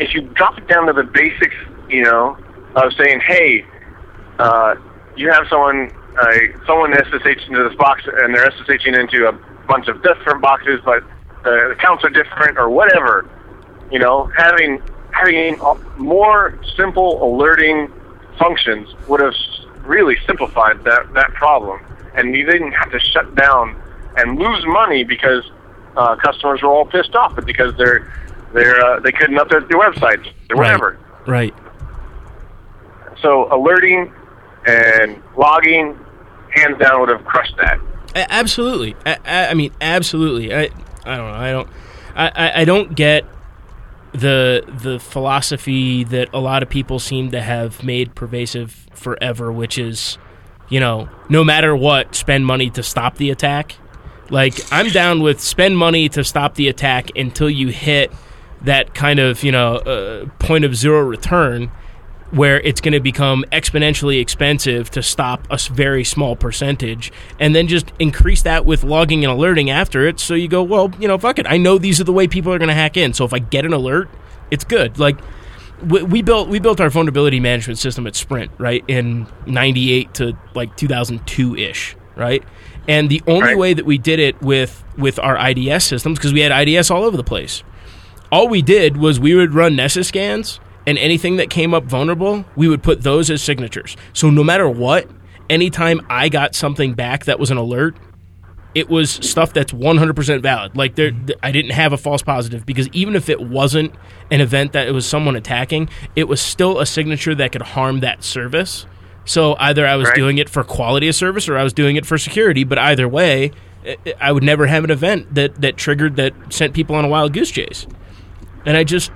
Speaker 6: if you drop it down to the basics, you know, of saying, hey, uh, you have someone uh, someone SSH into this box and they're SSHing into a bunch of different boxes, but the accounts are different or whatever. You know, having having a- more simple alerting functions would have s- really simplified that that problem, and you didn't have to shut down and lose money because uh, customers were all pissed off because they're they're uh, they couldn't update their websites or whatever.
Speaker 2: Right.
Speaker 6: So alerting and logging, hands down, would have crushed that.
Speaker 2: A- absolutely. I-, I I mean, absolutely. I I don't know. I don't. I, I, I don't get the the philosophy that a lot of people seem to have made pervasive forever, which is, you know, no matter what, spend money to stop the attack. Like I'm down with spend money to stop the attack until you hit that kind of you know uh, point of zero return where it's going to become exponentially expensive to stop a s- very small percentage and then just increase that with logging and alerting after it so you go well you know fuck it i know these are the way people are going to hack in so if i get an alert it's good like we, we built we built our vulnerability management system at sprint right in 98 to like 2002ish right and the only
Speaker 6: Right.
Speaker 2: way that we did it with with our ids systems because we had ids all over the place all we did was we would run Nessus scans, and anything that came up vulnerable, we would put those as signatures. So no matter what, anytime I got something back that was an alert, it was stuff that's 100% valid. Like there, th- I didn't have a false positive because even if it wasn't an event that it was someone attacking, it was still a signature that could harm that service. So either I was
Speaker 6: Right.
Speaker 2: doing it for quality of service or I was doing it for security, but either way, I- I would never have an event that, that triggered that sent people on a wild goose chase. And I just,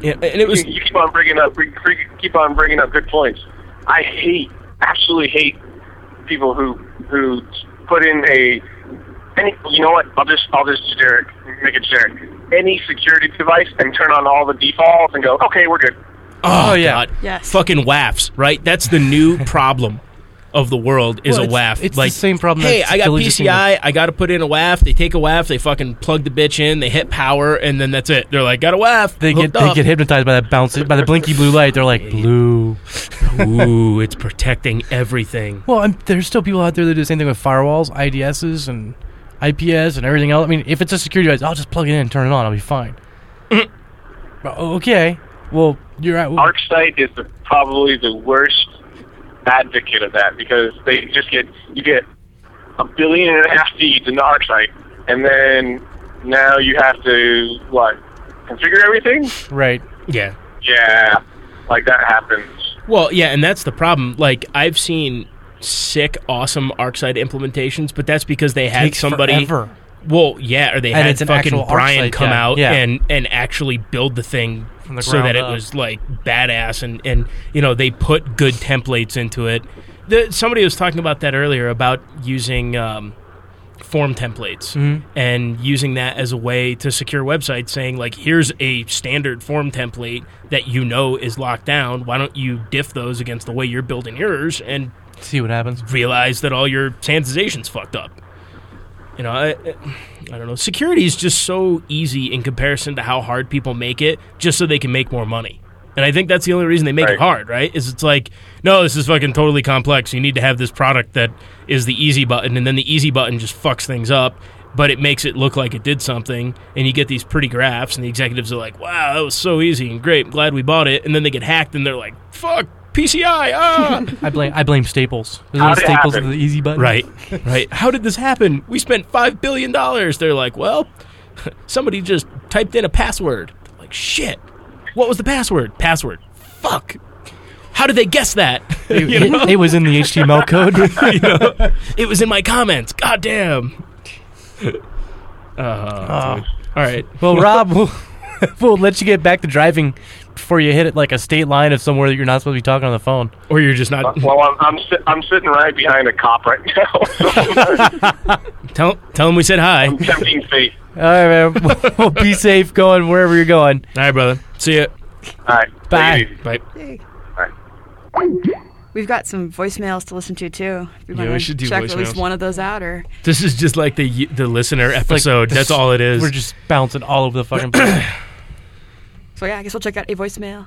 Speaker 2: yeah, and it was
Speaker 6: you, you keep on bringing up bring- bring- keep on bringing up good points. I hate, absolutely hate people who who put in a any. You know what? I'll just I'll just generic make it generic. Any security device and turn on all the defaults and go, okay, we're good.
Speaker 2: Oh,
Speaker 4: Oh, yeah.
Speaker 2: God.
Speaker 3: Yes.
Speaker 2: Fucking WAFs, right? That's the new <laughs> problem of the world is a
Speaker 4: Well, it's-
Speaker 2: WAF.
Speaker 4: it's the same problem
Speaker 2: Hey,
Speaker 4: that's
Speaker 2: I got
Speaker 4: still existing with-
Speaker 2: PCI. I got to put in a WAF. They take a WAF. They fucking plug the bitch in. They hit power, and then that's it. They're like, got a WAF.
Speaker 4: They get
Speaker 2: hooked
Speaker 4: they
Speaker 2: up.
Speaker 4: get hypnotized by that bouncy by the blinky blue light. They're like blue.
Speaker 2: <laughs> Ooh, it's protecting everything.
Speaker 4: Well, I'm, there's still people out there that do the same thing with firewalls, IDSs, and IPS and everything else. I mean, if it's a security device, I'll just plug it in and turn it on. I'll be <laughs> fine. Well, okay. Well, you're right. Well,
Speaker 6: ArcSight is the, probably the worst advocate of that because they just get you get a billion and a half feeds into ArcSight, and then now you have to what configure everything.
Speaker 4: right.
Speaker 2: Yeah.
Speaker 6: Yeah, like that happens.
Speaker 2: Well, yeah, and that's the problem. Like I've seen sick, awesome ArcSight implementations, but that's because they had
Speaker 4: Takes
Speaker 2: somebody.
Speaker 4: forever.
Speaker 2: Well, yeah, or they
Speaker 4: And
Speaker 2: had
Speaker 4: it's an
Speaker 2: fucking
Speaker 4: actual
Speaker 2: Brian
Speaker 4: ArcSight,
Speaker 2: come
Speaker 4: yeah,
Speaker 2: out
Speaker 4: yeah.
Speaker 2: and and actually build the thing
Speaker 4: the
Speaker 2: so that
Speaker 4: ground
Speaker 2: it
Speaker 4: up.
Speaker 2: was like badass and and you know they put good templates into it. The, somebody was talking about that earlier about using. Um, form templates
Speaker 4: Mm-hmm.
Speaker 2: and using that as a way to secure websites saying like here's a standard form template that you know is locked down why don't you diff those against the way you're building yours and
Speaker 4: See what happens.
Speaker 2: realize that all your sanitization's fucked up you know I, I don't know security is just so easy in comparison to how hard people make it just so they can make more money and I think that's the only reason they make it
Speaker 6: Right.
Speaker 2: hard, right? Is it's like, no, this is fucking totally complex. You need to have this product that is the easy button, and then the easy button just fucks things up, but it makes it look like it did something. And you get these pretty graphs, and the executives are like, wow, that was so easy and great. glad we bought it. And then they get hacked, and they're like, fuck, PCI, ah.
Speaker 4: I blame I blame Staples. Isn't
Speaker 6: How'd
Speaker 4: it
Speaker 6: it
Speaker 4: Staples
Speaker 6: happen?
Speaker 4: the easy
Speaker 2: <laughs>
Speaker 4: button?
Speaker 2: Right, right. How did this happen? We spent five billion dollars. They're like, well, <laughs> somebody just typed in a password. Like, shit. What was the password? Password. Fuck. How did they guess <laughs> that?
Speaker 4: It,
Speaker 2: You know?
Speaker 4: <laughs> it- it was in the HTML code. <laughs>
Speaker 2: You know? It was in my comments. God damn.
Speaker 4: Uh,
Speaker 2: All right.
Speaker 4: well, Rob, we'll, <laughs> we'll let you get back to driving before you hit it like a state line of somewhere that you're not supposed to be talking on the phone.
Speaker 2: Or you're just not.
Speaker 6: Well, I'm I'm, sit I'm sitting right behind a cop right now. <laughs>
Speaker 2: Tell, tell them we said hi. All
Speaker 6: I'm tempting fate.
Speaker 4: All right, man. <laughs> Well, be safe going wherever you're going.
Speaker 2: right, brother. See ya.
Speaker 6: All right, take it
Speaker 4: Bye.
Speaker 6: easy.
Speaker 2: Bye.
Speaker 6: All right.
Speaker 3: We've got some voicemails to listen to too. If you
Speaker 2: Yeah, we
Speaker 3: wanna
Speaker 2: should do
Speaker 3: check at least
Speaker 2: voicemails.
Speaker 3: one of those out, or
Speaker 2: This is just like the the listener
Speaker 4: Like,
Speaker 2: episode.
Speaker 4: this-
Speaker 2: That's all it is.
Speaker 4: We're just bouncing all over the fucking place.
Speaker 3: so yeah, I guess we'll check out a voicemail.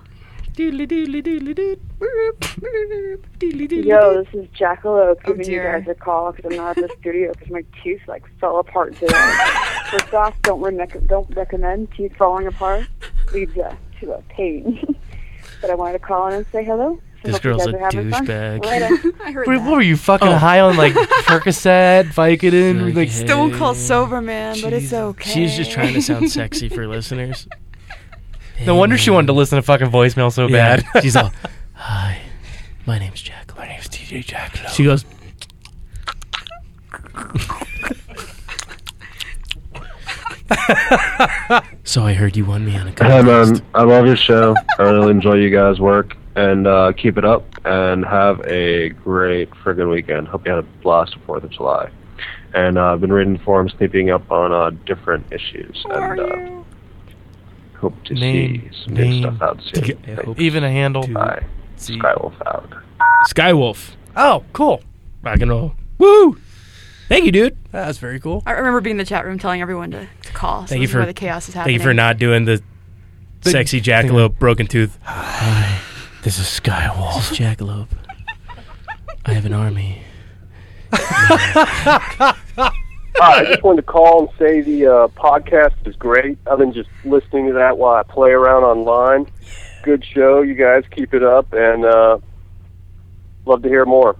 Speaker 7: Yo, this is Jackalope
Speaker 3: Oh,
Speaker 7: giving you
Speaker 3: dear.
Speaker 7: guys a call because I'm not at the studio because my tooth like fell apart today. First off, don't rec- don't recommend teeth falling apart leads uh, to a pain. <laughs> but I wanted to call in and say hello. So
Speaker 2: This
Speaker 7: hope you
Speaker 2: girl's
Speaker 7: guys
Speaker 2: a
Speaker 7: are having fun.
Speaker 2: douchebag.
Speaker 3: <laughs>
Speaker 2: Oh.
Speaker 7: Later.
Speaker 3: I heard
Speaker 4: Wait, what were you fucking high
Speaker 2: <laughs>
Speaker 4: on? Like Percocet, Vicodin, like
Speaker 2: Okay.
Speaker 3: Stone Cold Sober Man, but it's
Speaker 2: Jesus.
Speaker 3: okay.
Speaker 2: She's just trying to sound sexy for listeners.
Speaker 4: No wonder she wanted to listen to fucking voicemail so
Speaker 2: Yeah. <laughs>
Speaker 4: bad.
Speaker 2: She's all, "Hi, my name's Jack. My name's DJ Jack." She goes. So I heard you won me on a couple
Speaker 8: Hey man, I love your show. I really enjoy you guys' work, and uh, keep it up. And have a great friggin' weekend. Hope you had a blast Fourth of July. And uh, I've been reading forums, keeping up on uh, different issues, and uh, hope to
Speaker 4: <laughs> Name,
Speaker 8: see some new
Speaker 4: name.
Speaker 8: stuff out soon.
Speaker 2: I hope
Speaker 4: Even a handle.
Speaker 2: to
Speaker 8: Bye,
Speaker 2: see-
Speaker 8: Skywolf out.
Speaker 2: Skywolf.
Speaker 4: Oh, cool.
Speaker 2: Rock and roll.
Speaker 4: Woo!
Speaker 2: Thank you, dude.
Speaker 4: That's very cool.
Speaker 3: <laughs> I remember being in the chat room telling everyone to, to call. So
Speaker 2: Thank you
Speaker 3: this is
Speaker 2: for-
Speaker 3: where the chaos is
Speaker 2: Thank
Speaker 3: happening.
Speaker 2: you for not doing the sexy jackalope broken tooth.
Speaker 4: This is Skywolf.
Speaker 2: Jackalope. I have an army.
Speaker 6: Hi, I just wanted to call and say the uh, podcast is great. I've been just listening to that while I play around online. Good show, you guys. Keep it up, and uh, love to hear more.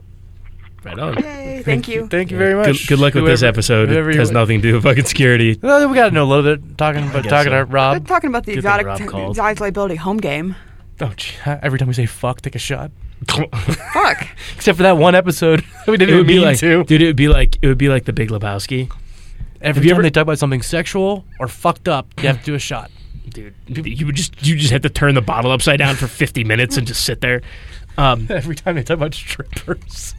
Speaker 2: Right on.
Speaker 3: Yay, thank you.
Speaker 4: Thank you very much.
Speaker 2: Good, good luck with this
Speaker 4: Whoever-
Speaker 2: episode.
Speaker 4: whoever
Speaker 2: It
Speaker 4: you-
Speaker 2: has nothing to do with fucking <laughs> security.
Speaker 4: Well, we got to know a little bit talking about
Speaker 2: guess
Speaker 4: talking
Speaker 2: so.
Speaker 4: about
Speaker 2: <laughs>
Speaker 3: We're
Speaker 4: Rob.
Speaker 3: talking about the
Speaker 2: Good thing
Speaker 3: exotic,
Speaker 2: Rob called.
Speaker 3: exotic liability home game.
Speaker 4: Oh, gee, every time we say fuck, take a shot.
Speaker 3: Fuck.
Speaker 4: Except for that
Speaker 2: <laughs>
Speaker 4: one episode we
Speaker 2: It
Speaker 4: didn't even
Speaker 2: would be
Speaker 4: mean
Speaker 2: like,
Speaker 4: to.
Speaker 2: dude. It would be like it would be like the Big Lebowski,
Speaker 4: Every
Speaker 2: you
Speaker 4: time
Speaker 2: ever-
Speaker 4: they talk about something sexual or fucked up, you have to do a shot.
Speaker 2: dude. You would just you just had to turn the bottle upside down for 50 minutes and just sit there. Um,
Speaker 4: <laughs> Every time they talk about strippers.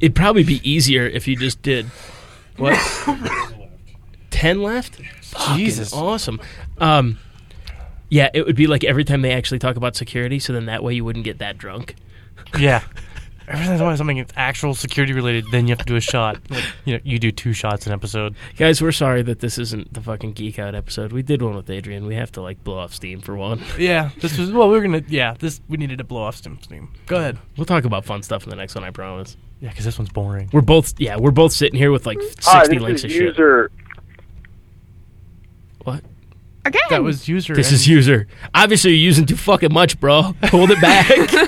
Speaker 2: it'd probably be easier if you just did what ten left.
Speaker 4: Jesus.
Speaker 2: awesome. Um, yeah, it would be like every time they actually talk about security, so then that way you wouldn't get that drunk.
Speaker 4: <laughs> Yeah. Every time they talk about something that's actual security related, then you have to do a shot. <laughs> Like, you know, you do two shots an episode.
Speaker 2: Guys, we're sorry that this isn't the fucking geek out episode. We did one with Adrian. We have to like blow off steam for one. <laughs>
Speaker 4: Yeah. This was well, we were gonna yeah, this we needed to blow off some steam. Go ahead.
Speaker 2: We'll talk about fun stuff in the next one, I promise.
Speaker 4: Yeah, because this one's boring.
Speaker 2: We're both yeah, we're both sitting here with like
Speaker 6: Hi,
Speaker 2: sixty
Speaker 6: Ah, this
Speaker 2: links
Speaker 6: is
Speaker 2: of shit.
Speaker 6: user.
Speaker 2: What?
Speaker 3: Again.
Speaker 4: That was user.
Speaker 2: This
Speaker 4: and-
Speaker 2: is user. Obviously, you're using too fucking much, bro. Hold it back.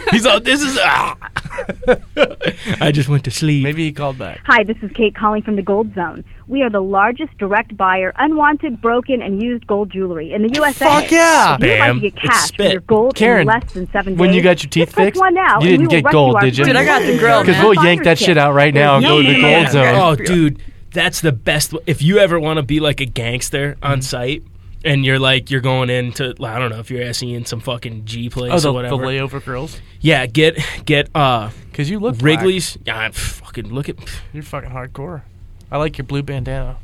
Speaker 4: <laughs>
Speaker 2: He's all. This is. Ah. <laughs> I just went to sleep.
Speaker 4: Maybe he called back.
Speaker 9: Hi, this is Kate calling from the Gold Zone. We are the largest direct buyer, unwanted, broken, and used gold jewelry in the USA.
Speaker 4: Fuck yeah!
Speaker 9: If you'd like
Speaker 2: Bam.
Speaker 9: to get
Speaker 2: It's
Speaker 9: cash for
Speaker 2: spit.
Speaker 9: your gold
Speaker 4: Karen,
Speaker 9: in less than seven days.
Speaker 4: when you got your teeth
Speaker 9: just press
Speaker 4: fixed,
Speaker 9: one now,
Speaker 4: you
Speaker 9: and we
Speaker 4: didn't
Speaker 9: will
Speaker 4: get
Speaker 9: rescue
Speaker 4: gold,
Speaker 9: our
Speaker 4: did you?
Speaker 9: friends
Speaker 3: Dude, I got the
Speaker 9: and
Speaker 3: grill,
Speaker 4: Because
Speaker 3: man.
Speaker 4: we'll
Speaker 9: finders
Speaker 4: yank that
Speaker 9: kit.
Speaker 4: shit out right now and go to the
Speaker 2: Yeah.
Speaker 4: gold zone.
Speaker 2: Oh, dude, that's the best. If you ever want to be like a gangster
Speaker 4: Mm-hmm.
Speaker 2: on site, and you're like you're going into I don't know if you're asking in some fucking G place
Speaker 4: Oh, the,
Speaker 2: or whatever.
Speaker 4: the layover girls.
Speaker 2: yeah, get get uh
Speaker 4: Because you look black.
Speaker 2: Wrigley's. Yeah, I fucking look at.
Speaker 4: You're fucking hardcore. I like your blue bandana.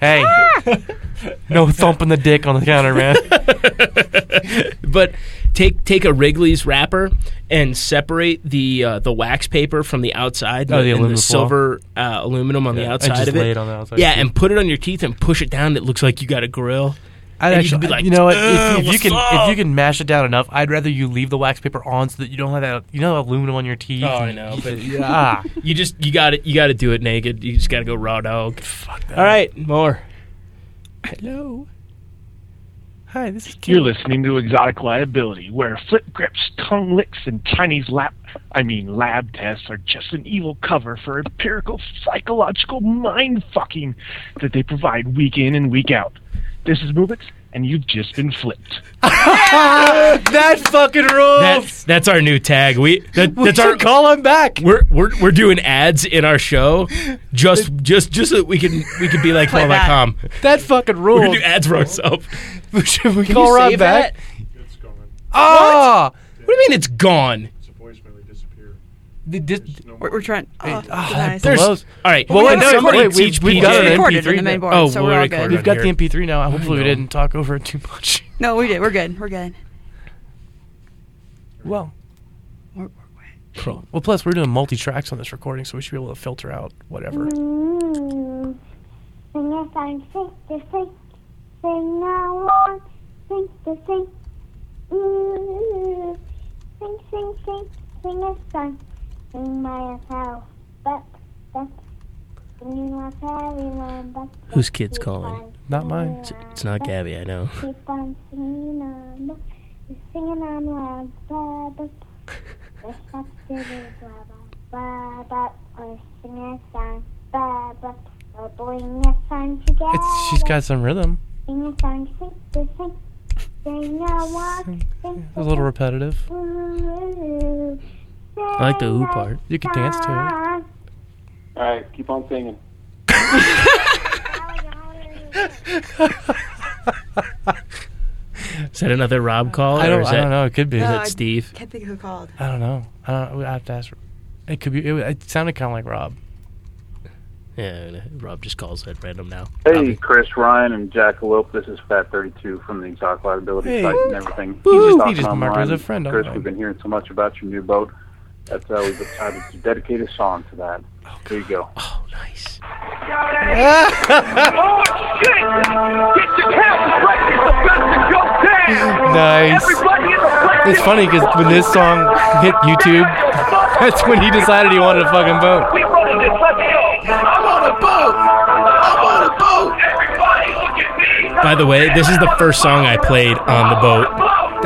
Speaker 4: Hey, Ah!
Speaker 2: <laughs>
Speaker 4: no thumping the dick on the counter, <laughs> man.
Speaker 2: But take take a Wrigley's wrapper and separate the uh, the wax paper from the outside
Speaker 4: Oh, the
Speaker 2: and
Speaker 4: aluminum foil.
Speaker 2: the silver uh, aluminum on
Speaker 4: Yeah,
Speaker 2: the
Speaker 4: I
Speaker 2: outside
Speaker 4: just
Speaker 2: of it.
Speaker 4: lay it on the outside.
Speaker 2: yeah, and put it on your teeth and push it down. It looks like you got a grill.
Speaker 4: I
Speaker 2: And you could be like,
Speaker 4: you know what? If,
Speaker 2: "Ugh,
Speaker 4: if you
Speaker 2: what's
Speaker 4: can,
Speaker 2: up?"
Speaker 4: if you can mash it down enough, I'd rather you leave the wax paper on so that you don't have that, you know, aluminum on your teeth.
Speaker 2: Oh, I know, but-
Speaker 4: yeah.
Speaker 2: <laughs> You just you got it. You got to do it naked. You just got to go raw dog. Fuck that. All right, more.
Speaker 4: Hello. Hi, this is
Speaker 10: You're
Speaker 4: Kate.
Speaker 10: listening to Exotic Liability, where flip grips, tongue licks, and Chinese lap I mean lab tests are just an evil cover for empirical psychological mind fucking that they provide week in and week out. This is Mubix, and you've just been flipped.
Speaker 4: Ah, That fucking rules.
Speaker 2: That's that's our new tag. We that,
Speaker 4: we
Speaker 2: that's
Speaker 4: should
Speaker 2: our.
Speaker 4: call him back.
Speaker 2: We're, we're we're doing ads in our show, just just just so that we can we can be like
Speaker 3: Play that.
Speaker 2: Paul.com.
Speaker 4: That fucking
Speaker 2: We're gonna
Speaker 4: rules.
Speaker 2: do ads for ourselves.
Speaker 4: Should <laughs> we
Speaker 2: Can
Speaker 4: call
Speaker 2: you
Speaker 4: Rob
Speaker 2: save
Speaker 4: back?
Speaker 2: that?
Speaker 4: Ah,
Speaker 2: What do you mean it's gone?
Speaker 4: The dis-
Speaker 3: We're, we're trying. Oh,
Speaker 4: Ah,
Speaker 3: guys.
Speaker 4: that blows.
Speaker 2: All right.
Speaker 4: Well,
Speaker 2: Well,
Speaker 4: wait,
Speaker 2: can
Speaker 4: no,
Speaker 2: somebody
Speaker 4: wait, we-
Speaker 2: teach
Speaker 4: we
Speaker 2: PJ?
Speaker 4: got it.
Speaker 3: recorded in the
Speaker 4: MP3
Speaker 3: main board,
Speaker 2: now. Oh,
Speaker 3: so
Speaker 2: we're
Speaker 3: we're all
Speaker 2: recording.
Speaker 3: good.
Speaker 4: We've got
Speaker 2: here.
Speaker 4: the MP3 now. Hopefully, we
Speaker 2: know.
Speaker 4: didn't talk over it too much.
Speaker 3: No, we did. We're good. We're good.
Speaker 4: <laughs> Well,
Speaker 3: We're-
Speaker 4: well. Plus, we're doing multi tracks on this recording, so we should be able to filter out whatever.
Speaker 11: Unless I'm sick to sing, sing along, sing to sing. Ooh, sing, sing, sing, sing a song, sing my how, but, but, sing my everyone, but.
Speaker 2: Whose kid's calling?
Speaker 4: Not mine.
Speaker 2: It's not Gabby. I know.
Speaker 11: Keep on singing on, but, singing on loud, but, but, but, but, but, or sing a song, but, but, or bring a song together.
Speaker 4: It's she's got some rhythm.
Speaker 11: Sing a song, sing to sing. Sing a walk,
Speaker 4: Sing.
Speaker 11: sing
Speaker 4: It's a little repetitive.
Speaker 11: I
Speaker 2: like the ooh part.
Speaker 4: You could dance to it.
Speaker 6: All right, keep on singing.
Speaker 11: it.
Speaker 2: Is that another Rob call?
Speaker 4: I
Speaker 2: or
Speaker 4: don't-
Speaker 2: is
Speaker 4: I
Speaker 2: that,
Speaker 4: don't know. It could be.
Speaker 2: Is
Speaker 4: No,
Speaker 2: that
Speaker 4: I-
Speaker 2: Steve?
Speaker 3: Can't think of who called.
Speaker 4: I don't know. I don't. I have to ask. It could be. It, it sounded kind of like Rob.
Speaker 2: Yeah, Rob just calls at random now.
Speaker 12: Hey, Chris, Ryan, and Jackalope. This is Fat32 from the Exotic Liability
Speaker 2: Hey.
Speaker 12: site and everything.
Speaker 2: He just-
Speaker 12: Talking
Speaker 2: he just
Speaker 12: online.
Speaker 2: marked her as a friend
Speaker 12: Chris,
Speaker 2: online.
Speaker 12: we've been hearing so much about your new boat that uh, we've decided to dedicate a song to that.
Speaker 2: Oh,
Speaker 12: Here you go.
Speaker 4: Nice. It's funny because when this song hit YouTube, <laughs> that's when he decided he wanted a fucking boat.
Speaker 1: I'm on a boat. I'm on a boat.
Speaker 2: By the way, this is the first song I played on the boat.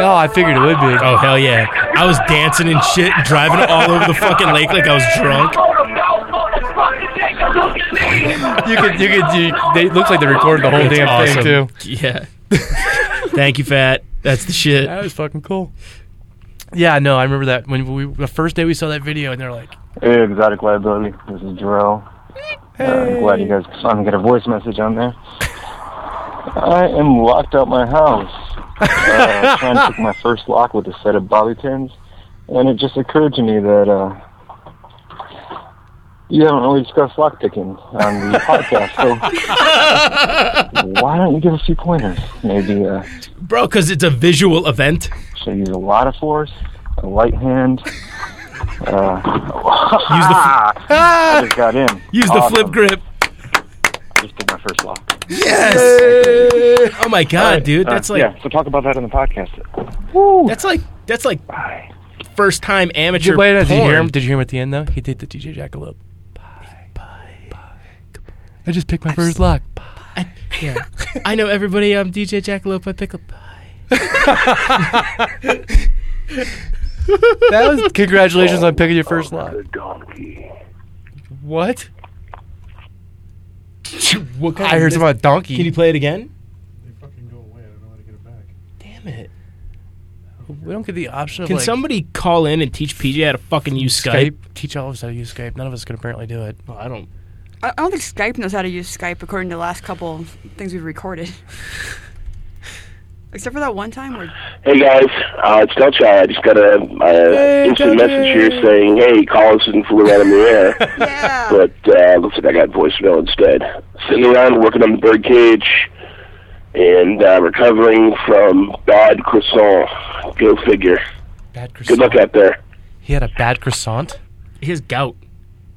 Speaker 4: Oh, I figured it would be.
Speaker 2: Oh hell yeah! I was dancing and shit, driving all over the fucking lake like I was drunk.
Speaker 4: <laughs> You could, you could. You, they looks like they recorded the whole
Speaker 13: uh,
Speaker 2: It's
Speaker 4: damn
Speaker 2: awesome.
Speaker 4: thing too.
Speaker 2: Yeah. Thank you, Fat. That's the shit.
Speaker 4: That was fucking cool. Yeah, no, I remember that when we the first day we saw that video, and they're like,
Speaker 14: Hey, Exotic Liability. This is Jarrell. I'm glad you guys finally got a voice message on there. I am locked out my house. Uh, trying to pick my first lock with a set of bobby pins, and it just occurred to me that uh, you haven't really discussed lock picking on the podcast, so why don't you give a few pointers? Maybe uh,
Speaker 2: Bro, because it's a visual event.
Speaker 14: should I use a lot of force, a light hand? Uh,
Speaker 2: <laughs>
Speaker 14: Ah!
Speaker 2: Use the <laughs> fl- Ah!
Speaker 14: I just got in.
Speaker 2: Use the
Speaker 14: Awesome.
Speaker 2: flip grip.
Speaker 14: I just did my first lock.
Speaker 2: Yes. Oh my god,
Speaker 14: Alright,
Speaker 2: dude,
Speaker 14: uh,
Speaker 2: that's like
Speaker 14: yeah. So talk about that on the podcast.
Speaker 2: that's like that's like first time
Speaker 4: did you,
Speaker 2: amateur.
Speaker 4: wait, did you hear
Speaker 2: porn.
Speaker 4: him? Did you hear him at the end though? He did the DJ Jackalope. Bye, bye, I just picked my first lock.
Speaker 2: Yeah. I know everybody. um, I'm DJ Jackalope. I <laughs> pick up.
Speaker 4: <laughs> That was congratulations on picking your first lock. What?
Speaker 2: what
Speaker 4: I heard something about donkey.
Speaker 2: Can you play it again? They fucking go away. I don't know how to get it back. Damn it.
Speaker 4: We don't get the option of
Speaker 2: Can
Speaker 4: like,
Speaker 2: somebody call in and teach PJ how to fucking use Skype?
Speaker 4: Teach all of us how to use Skype. None of us can apparently do it.
Speaker 2: Well, I don't.
Speaker 3: I I don't think Skype knows how to use Skype according to the last couple things we've recorded. <laughs> Except for that one time where
Speaker 13: Hey guys, uh, it's Delchai. I just got a uh, instant message here saying, "Hey, Collins flew out of the air,"
Speaker 2: <laughs>
Speaker 13: but uh, looks like I got voicemail instead. Sitting around working on the bird cage and uh, recovering from bad croissant. Go figure.
Speaker 4: Bad
Speaker 13: Good luck out there.
Speaker 4: He had a bad croissant.
Speaker 2: He has gout.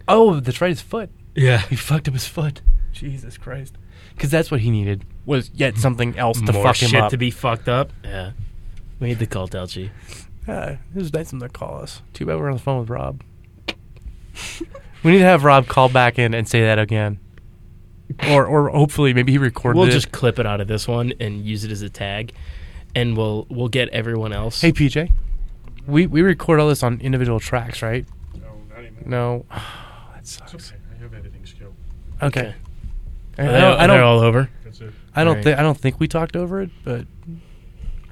Speaker 4: Oh, that's right, his foot.
Speaker 2: Yeah.
Speaker 4: He fucked up his foot. Jesus Christ. Because that's what he needed was yet something else to
Speaker 2: More
Speaker 4: fuck
Speaker 2: shit
Speaker 4: him up.
Speaker 2: to be fucked up. Yeah. We need to call Delchi.
Speaker 4: Yeah, it was nice of them to call us. Too bad we're on the phone with Rob. <laughs> we need to have Rob call back in and say that again. Or, or hopefully, maybe he recorded
Speaker 2: We'll
Speaker 4: it.
Speaker 2: just clip it out of this one and use it as a tag, and we'll we'll get everyone else.
Speaker 4: Hey PJ, we we record all this on individual tracks, right? No, not even. No, <sighs> that sucks.
Speaker 15: I have editing skill.
Speaker 4: Okay.
Speaker 2: Are they- are they all over? That's it.
Speaker 4: I don't
Speaker 2: Alright.
Speaker 4: think I don't think we talked over it, but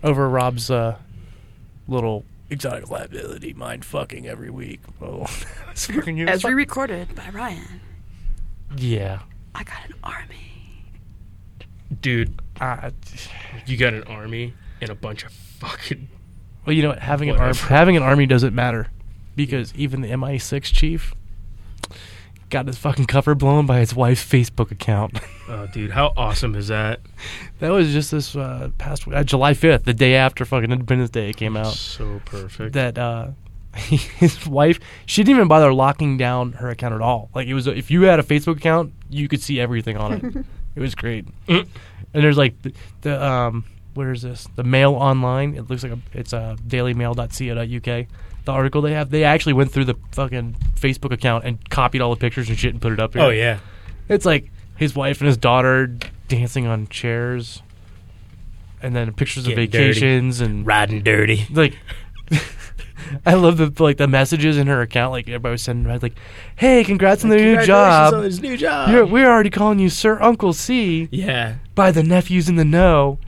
Speaker 4: over Rob's uh, little exotic liability mind fucking every week. Oh, <laughs> that's fucking you.
Speaker 3: as we recorded by Ryan.
Speaker 4: yeah,
Speaker 3: I got an army.
Speaker 2: dude,
Speaker 4: Ah,
Speaker 2: you got an army and a bunch of fucking.
Speaker 4: Well, you know what? Having an arm,
Speaker 2: Whatever.
Speaker 4: having an army doesn't matter because even the MI6 chief got his fucking cover blown by his wife's Facebook account. <laughs>
Speaker 2: Oh, dude, how awesome is that?
Speaker 4: that was just this uh, past uh, July 5th, the day after fucking Independence Day came out.
Speaker 2: So perfect.
Speaker 4: That uh, <laughs> his wife, she didn't even bother locking down her account at all. Like it was, if you had a Facebook account, you could see everything on it. it was great. <clears throat> and there's like the, the um, where is this? The Mail Online. It looks like a, it's a DailyMail.co.uk. The article they have, they actually went through the fucking Facebook account and copied all the pictures and shit and put it up here.
Speaker 2: Oh, yeah.
Speaker 4: It's like his wife and his daughter dancing on chairs, and then pictures of
Speaker 2: Getting dirty.
Speaker 4: vacations and
Speaker 2: Riding dirty.
Speaker 4: Like, <laughs> I love the like the messages in her account. Like everybody was sending her like, "Hey, congrats on the new
Speaker 2: Congratulations
Speaker 4: job!
Speaker 2: on this new job."
Speaker 4: You're- we're already calling you Sir Uncle C."
Speaker 2: Yeah.
Speaker 4: By the nephews in
Speaker 2: <laughs>
Speaker 4: the know.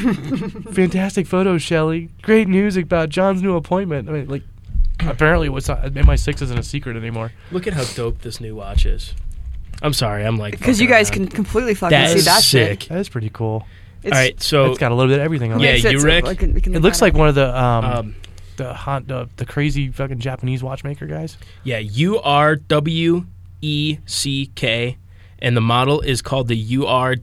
Speaker 4: Fantastic photos, Shelley. Great news about John's new appointment. I mean, like, apparently, what's not, MI6 isn't a secret anymore.
Speaker 2: Look at how dope this new watch is. I'm sorry. I'm like
Speaker 3: Because you
Speaker 2: fucking
Speaker 3: guys
Speaker 2: around.
Speaker 3: can completely fucking
Speaker 2: That
Speaker 3: see
Speaker 2: is
Speaker 3: that
Speaker 2: sick.
Speaker 3: shit.
Speaker 4: That is pretty cool.
Speaker 3: It's- All right,
Speaker 2: so-
Speaker 4: it's got a little bit of everything on
Speaker 2: Yeah,
Speaker 4: it.
Speaker 2: Makes you, sense. Rick? I can- we can
Speaker 4: it
Speaker 2: look
Speaker 4: looks
Speaker 2: that
Speaker 4: like
Speaker 2: up.
Speaker 4: one of the um,
Speaker 2: Um,
Speaker 4: the hot the, the crazy fucking Japanese watchmaker guys.
Speaker 2: Yeah, U R W E C K, and the model is called the U R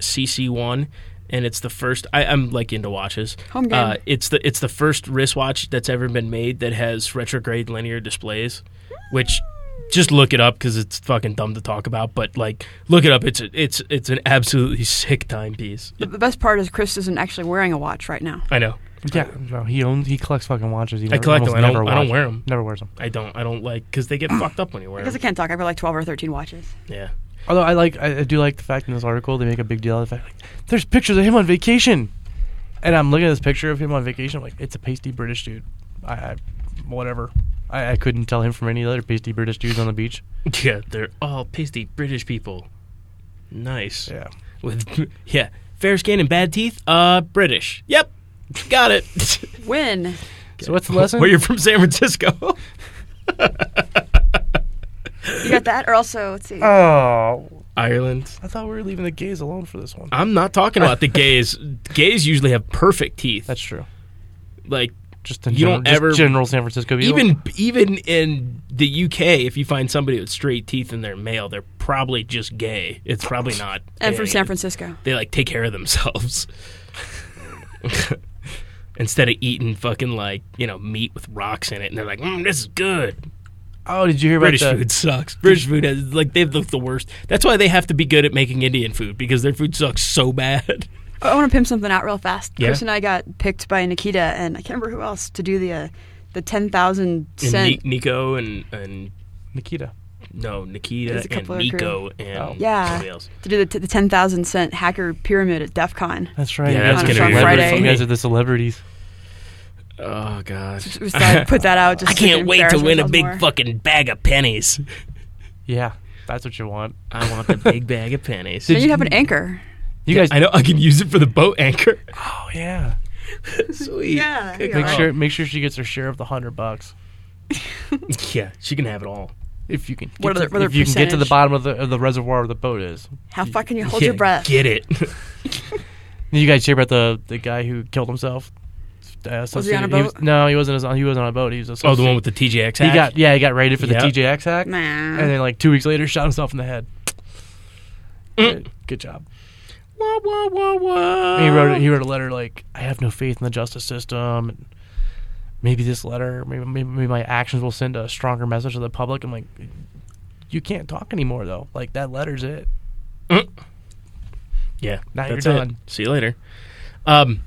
Speaker 2: C C one, and it's the first. I, I'm like into watches.
Speaker 3: Home game.
Speaker 2: Uh, it's the it's the first wristwatch that's ever been made that has retrograde linear displays, which just look it up because it's fucking dumb to talk about. But like, look it up. It's a- it's it's an absolutely <laughs> sick timepiece.
Speaker 3: The, the best part is Chris isn't actually wearing a watch right now.
Speaker 2: I know.
Speaker 4: Yeah, no, he owns he collects fucking watches. He
Speaker 2: I
Speaker 4: never-
Speaker 2: collect them.
Speaker 4: almost
Speaker 2: I don't.
Speaker 4: never
Speaker 2: I don't
Speaker 4: watch-
Speaker 2: wear them.
Speaker 4: Never wears them.
Speaker 2: I don't. I don't like because they get fucked up when you wear
Speaker 3: Because I
Speaker 2: them.
Speaker 3: can't talk. I have like 12 or 13 watches.
Speaker 2: Yeah. <laughs>
Speaker 4: Although I like, I, I do like the fact in this article they make a big deal of the fact like, there's pictures of him on vacation, and I'm looking at this picture of him on vacation. I'm like, it's a pasty British dude. I, I whatever. I, I couldn't tell him from any other pasty British dudes on the beach.
Speaker 2: Yeah, they're all pasty British people. Nice.
Speaker 4: Yeah.
Speaker 2: With <laughs> yeah, fair skin and bad teeth. Uh, British. Yep. Got
Speaker 3: <laughs>
Speaker 2: it.
Speaker 3: When?
Speaker 4: So what's the lesson?
Speaker 2: Well, you're from San Francisco.
Speaker 3: You got that? Or also, let's
Speaker 2: Uh,
Speaker 3: see.
Speaker 4: <laughs> Oh,
Speaker 2: Ireland.
Speaker 4: I thought we were leaving the gays alone for this one.
Speaker 2: I'm not talking about the gays. gays usually have perfect teeth. That's
Speaker 4: true.
Speaker 2: Like just
Speaker 4: in
Speaker 2: you
Speaker 4: general-
Speaker 2: don't
Speaker 4: just
Speaker 2: ever
Speaker 4: general San Francisco people.
Speaker 2: Even even in the UK, if you find somebody with straight teeth and they're male, they're probably just gay. It's
Speaker 3: <laughs>
Speaker 2: probably not.
Speaker 3: And from
Speaker 2: gay.
Speaker 3: San Francisco.
Speaker 2: they like take care of
Speaker 3: <laughs>
Speaker 2: themselves <laughs> instead of eating fucking like you know meat with rocks in it, and they're like, mm, "This is good."
Speaker 4: Oh, did you hear about
Speaker 2: British
Speaker 4: the-
Speaker 2: food sucks? uh, British food has like they look the worst. That's why they have to be good at making Indian food because their food sucks so
Speaker 3: <laughs>
Speaker 2: bad.
Speaker 3: I want to pimp something out real fast.
Speaker 2: Yeah.
Speaker 3: Chris and I got picked by Nikita and I can't remember who else to do the uh, the 10,000
Speaker 2: And
Speaker 3: cent.
Speaker 2: Ni- Nico and and
Speaker 4: Nikita.
Speaker 2: No,
Speaker 3: There's
Speaker 2: Nikita
Speaker 3: a
Speaker 2: and
Speaker 3: couple of
Speaker 2: Nico
Speaker 3: crew.
Speaker 2: and
Speaker 3: yeah,
Speaker 2: somebody else.
Speaker 3: to do the, t- the 10,000 cent hacker pyramid at DEF CON.
Speaker 4: That's right.
Speaker 2: Yeah,
Speaker 4: you
Speaker 2: that's
Speaker 4: guys are
Speaker 2: gonna be
Speaker 4: celebra-
Speaker 2: Friday.
Speaker 4: You guys are the celebrities.
Speaker 2: Oh god,
Speaker 3: just
Speaker 2: <laughs>
Speaker 3: thought I'd put that out just
Speaker 2: I
Speaker 3: so we
Speaker 2: can't
Speaker 3: can
Speaker 2: wait to
Speaker 3: embarrass
Speaker 2: win a
Speaker 3: ourselves
Speaker 2: big
Speaker 3: more.
Speaker 2: fucking bag of pennies.
Speaker 4: Yeah, that's what you want.
Speaker 2: <laughs> I want the big bag of pennies.
Speaker 3: Then you'd have an anchor.
Speaker 4: <laughs> You
Speaker 2: Yeah,
Speaker 4: guys-
Speaker 2: I know I can use it for the boat anchor.
Speaker 4: Oh yeah.
Speaker 2: <laughs> Sweet.
Speaker 3: Yeah. Oh.
Speaker 2: Good
Speaker 4: Make
Speaker 2: call.
Speaker 4: sure make sure she gets her share of the hundred bucks.
Speaker 2: yeah, she can have it all.
Speaker 4: If you can, get
Speaker 3: What
Speaker 4: to,
Speaker 3: other- what other
Speaker 4: if you can get to the
Speaker 3: percentage?
Speaker 4: bottom of the, of the reservoir where the boat is.
Speaker 3: How far can you
Speaker 2: Yeah,
Speaker 3: hold your breath?
Speaker 2: Get it. <laughs>
Speaker 4: Did you guys hear about the, the guy who killed himself? Uh,
Speaker 3: Was he on a
Speaker 4: associated-
Speaker 3: boat?
Speaker 4: was- no, he wasn't. on- He wasn't on a boat. He was
Speaker 2: Oh, the one with the TJX hack?
Speaker 4: He got yeah, he got raided for
Speaker 2: Yep.
Speaker 4: the TJX hack,
Speaker 3: Nah.
Speaker 4: and then like two weeks later, shot himself in the head.
Speaker 2: Mm.
Speaker 4: Good, good job.
Speaker 2: wah, wah, wah, wah.
Speaker 4: And he wrote
Speaker 2: Um,
Speaker 4: he wrote a letter like I have no faith in the justice system. And maybe this letter, maybe, maybe maybe my actions will send a stronger message to the public. I'm like, you can't talk anymore though. Like that letter's it.
Speaker 2: Yeah,
Speaker 4: Now
Speaker 2: that's
Speaker 4: you're
Speaker 2: it.
Speaker 4: done.
Speaker 2: See you later. Um,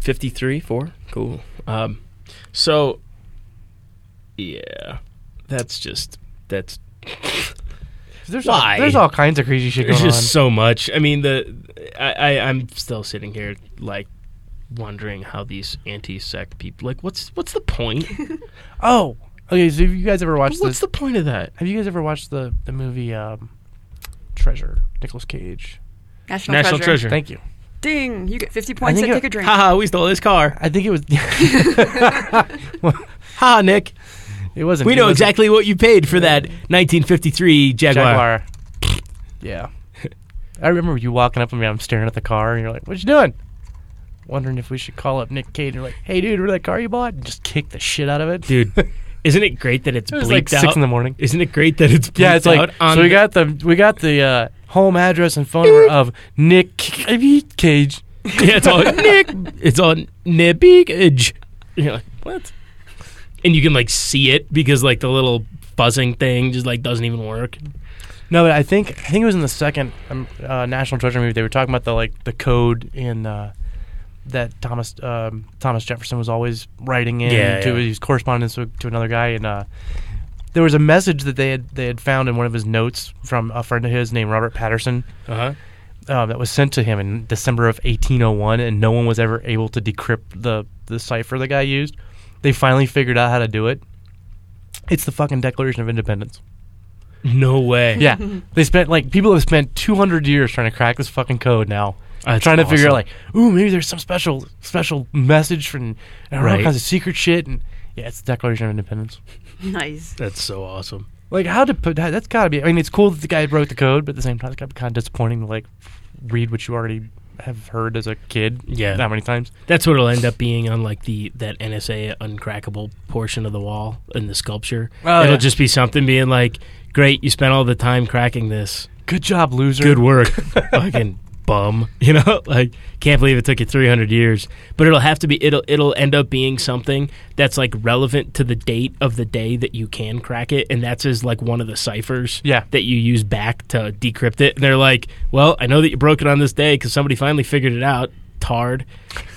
Speaker 2: fifty-three, four, cool. Um, so yeah, that's just that's <laughs>
Speaker 4: There's
Speaker 2: Why?
Speaker 4: All, there's all kinds of crazy shit going
Speaker 2: There's
Speaker 4: on.
Speaker 2: just so much. I mean, the I, I I'm still sitting here like wondering how these anti-sect people like what's what's the point?
Speaker 4: Oh, okay. So have you guys ever watched?
Speaker 2: What's
Speaker 4: this?
Speaker 2: the point of that?
Speaker 4: Have you guys ever watched the the movie um, Treasure? Nicolas Cage.
Speaker 3: National,
Speaker 2: National Treasure.
Speaker 4: Thank you.
Speaker 3: Ding! You get 50
Speaker 4: I
Speaker 3: points
Speaker 4: think
Speaker 3: and
Speaker 4: it-
Speaker 3: take a drink.
Speaker 2: Haha, we stole his car.
Speaker 4: I think it was. <laughs>
Speaker 2: Ha, Nick.
Speaker 4: It wasn't.
Speaker 2: We
Speaker 4: it
Speaker 2: know
Speaker 4: wasn't
Speaker 2: exactly what you paid for that 1953 Jaguar.
Speaker 4: Jaguar. <laughs> yeah. I remember you walking up on me. I'm staring at the car, and you're like, "What you doing?" Wondering if we should call up Nick Cage. And you're like, "Hey, dude, remember that car you bought?" And just kick the shit out of it, <laughs>
Speaker 2: dude. Isn't it great that it's
Speaker 4: It was like
Speaker 2: bleeped out?
Speaker 4: six in the morning.
Speaker 2: Isn't it great that it's bleeped
Speaker 4: yeah, it's like
Speaker 2: out on
Speaker 4: so. We
Speaker 2: the-
Speaker 4: <laughs> got the we got the uh, home address and phone number of Nick Cage.
Speaker 2: yeah, it's <laughs> all Nick. It's all nibbage. You're like what? And you can like see it because like the little buzzing thing just like doesn't even work.
Speaker 4: No, but I think I think it was in the second um, uh, National Treasure movie. They were talking about the like the code in uh, that Thomas um, Thomas Jefferson was always writing in
Speaker 2: Yeah,
Speaker 4: to
Speaker 2: yeah.
Speaker 4: he was correspondence with, to another guy, and uh, there was a message that they had they had found in one of his notes from a friend of his named Robert Patterson.
Speaker 2: Uh-huh.
Speaker 4: uh, that was sent to him in December of 1801, and no one was ever able to decrypt the the cipher the guy used. They finally figured out how to do it. It's the fucking Declaration of Independence.
Speaker 2: No way.
Speaker 4: Yeah, they spent like people have spent 200 years trying to crack this fucking code now.
Speaker 2: That's
Speaker 4: trying to figure out like,
Speaker 2: awesome.
Speaker 4: ooh, maybe there's some special special message from and all
Speaker 2: Right.
Speaker 4: kinds of secret shit. And yeah, it's the Declaration of Independence.
Speaker 3: nice.
Speaker 2: That's so awesome.
Speaker 4: Like how to put that's got to be. I mean, it's cool that the guy wrote the code, but at the same time, it's got to be kind of disappointing to like read what you already have heard as a kid.
Speaker 2: Yeah.
Speaker 4: that many times.
Speaker 2: That's what it'll end up being on like the that NSA uncrackable portion of the wall in the sculpture.
Speaker 4: Oh,
Speaker 2: it'll
Speaker 4: yeah.
Speaker 2: just be something being like, "Great, you spent all the time cracking this.
Speaker 4: Good job, loser.
Speaker 2: Good work, fucking bum." You know, <laughs> like can't believe it took you 300 years. But it'll have to be it'll it'll end up being something that's like relevant to the date of the day that you can crack it, and that's as like one of the ciphers
Speaker 4: Yeah.
Speaker 2: that you use back to decrypt it. And they're like, well, I know that you broke it on this day because somebody finally figured it out. Tard,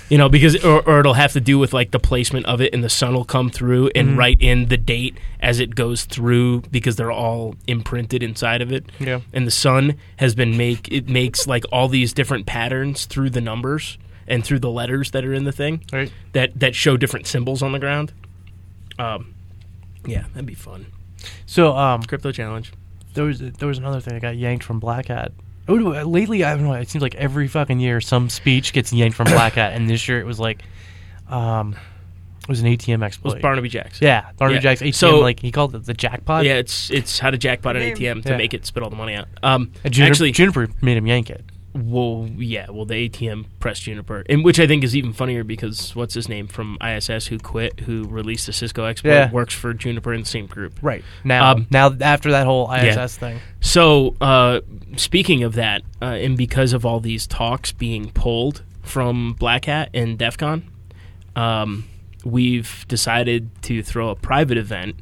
Speaker 2: you know, because or, or it'll have to do with like the placement of it, and the sun will come through and
Speaker 4: Mhm.
Speaker 2: write in the date as it goes through because they're all imprinted inside of it.
Speaker 4: Yeah.
Speaker 2: and the sun has been make it makes like all these different patterns through the numbers and through the letters that are in the thing
Speaker 4: Right.
Speaker 2: that that show different symbols on the ground. Um, yeah, that'd be fun.
Speaker 4: So, um,
Speaker 2: crypto challenge.
Speaker 4: There was there was another thing that got yanked from Black Hat. Oh, no, uh, lately I don't know. It seems like every fucking year some speech gets yanked from Black Hat, and this year it was like, um, it was an ATM exploit.
Speaker 2: was Barnaby Jacks.
Speaker 4: Yeah, Barnaby
Speaker 2: Yeah.
Speaker 4: Jacks ATM.
Speaker 2: So-
Speaker 4: like he called it the jackpot.
Speaker 2: Yeah, it's it's how to jackpot an
Speaker 4: Name.
Speaker 2: ATM to
Speaker 4: Yeah.
Speaker 2: make it spit all the money out. Um,
Speaker 4: And Juniper,
Speaker 2: actually,
Speaker 4: Juniper made him yank it.
Speaker 2: well, yeah, well, the ATM pressed Juniper, and which I think is even funnier because what's his name from ISS who quit, who released the Cisco exploit,
Speaker 4: Yeah.
Speaker 2: works for Juniper in the same group.
Speaker 4: Right now,
Speaker 2: Um,
Speaker 4: now after that whole ISS
Speaker 2: yeah.
Speaker 4: thing,
Speaker 2: So, uh, speaking of that, uh, and because of all these talks being pulled from Black Hat and DEF CON, um, we've decided to throw a private event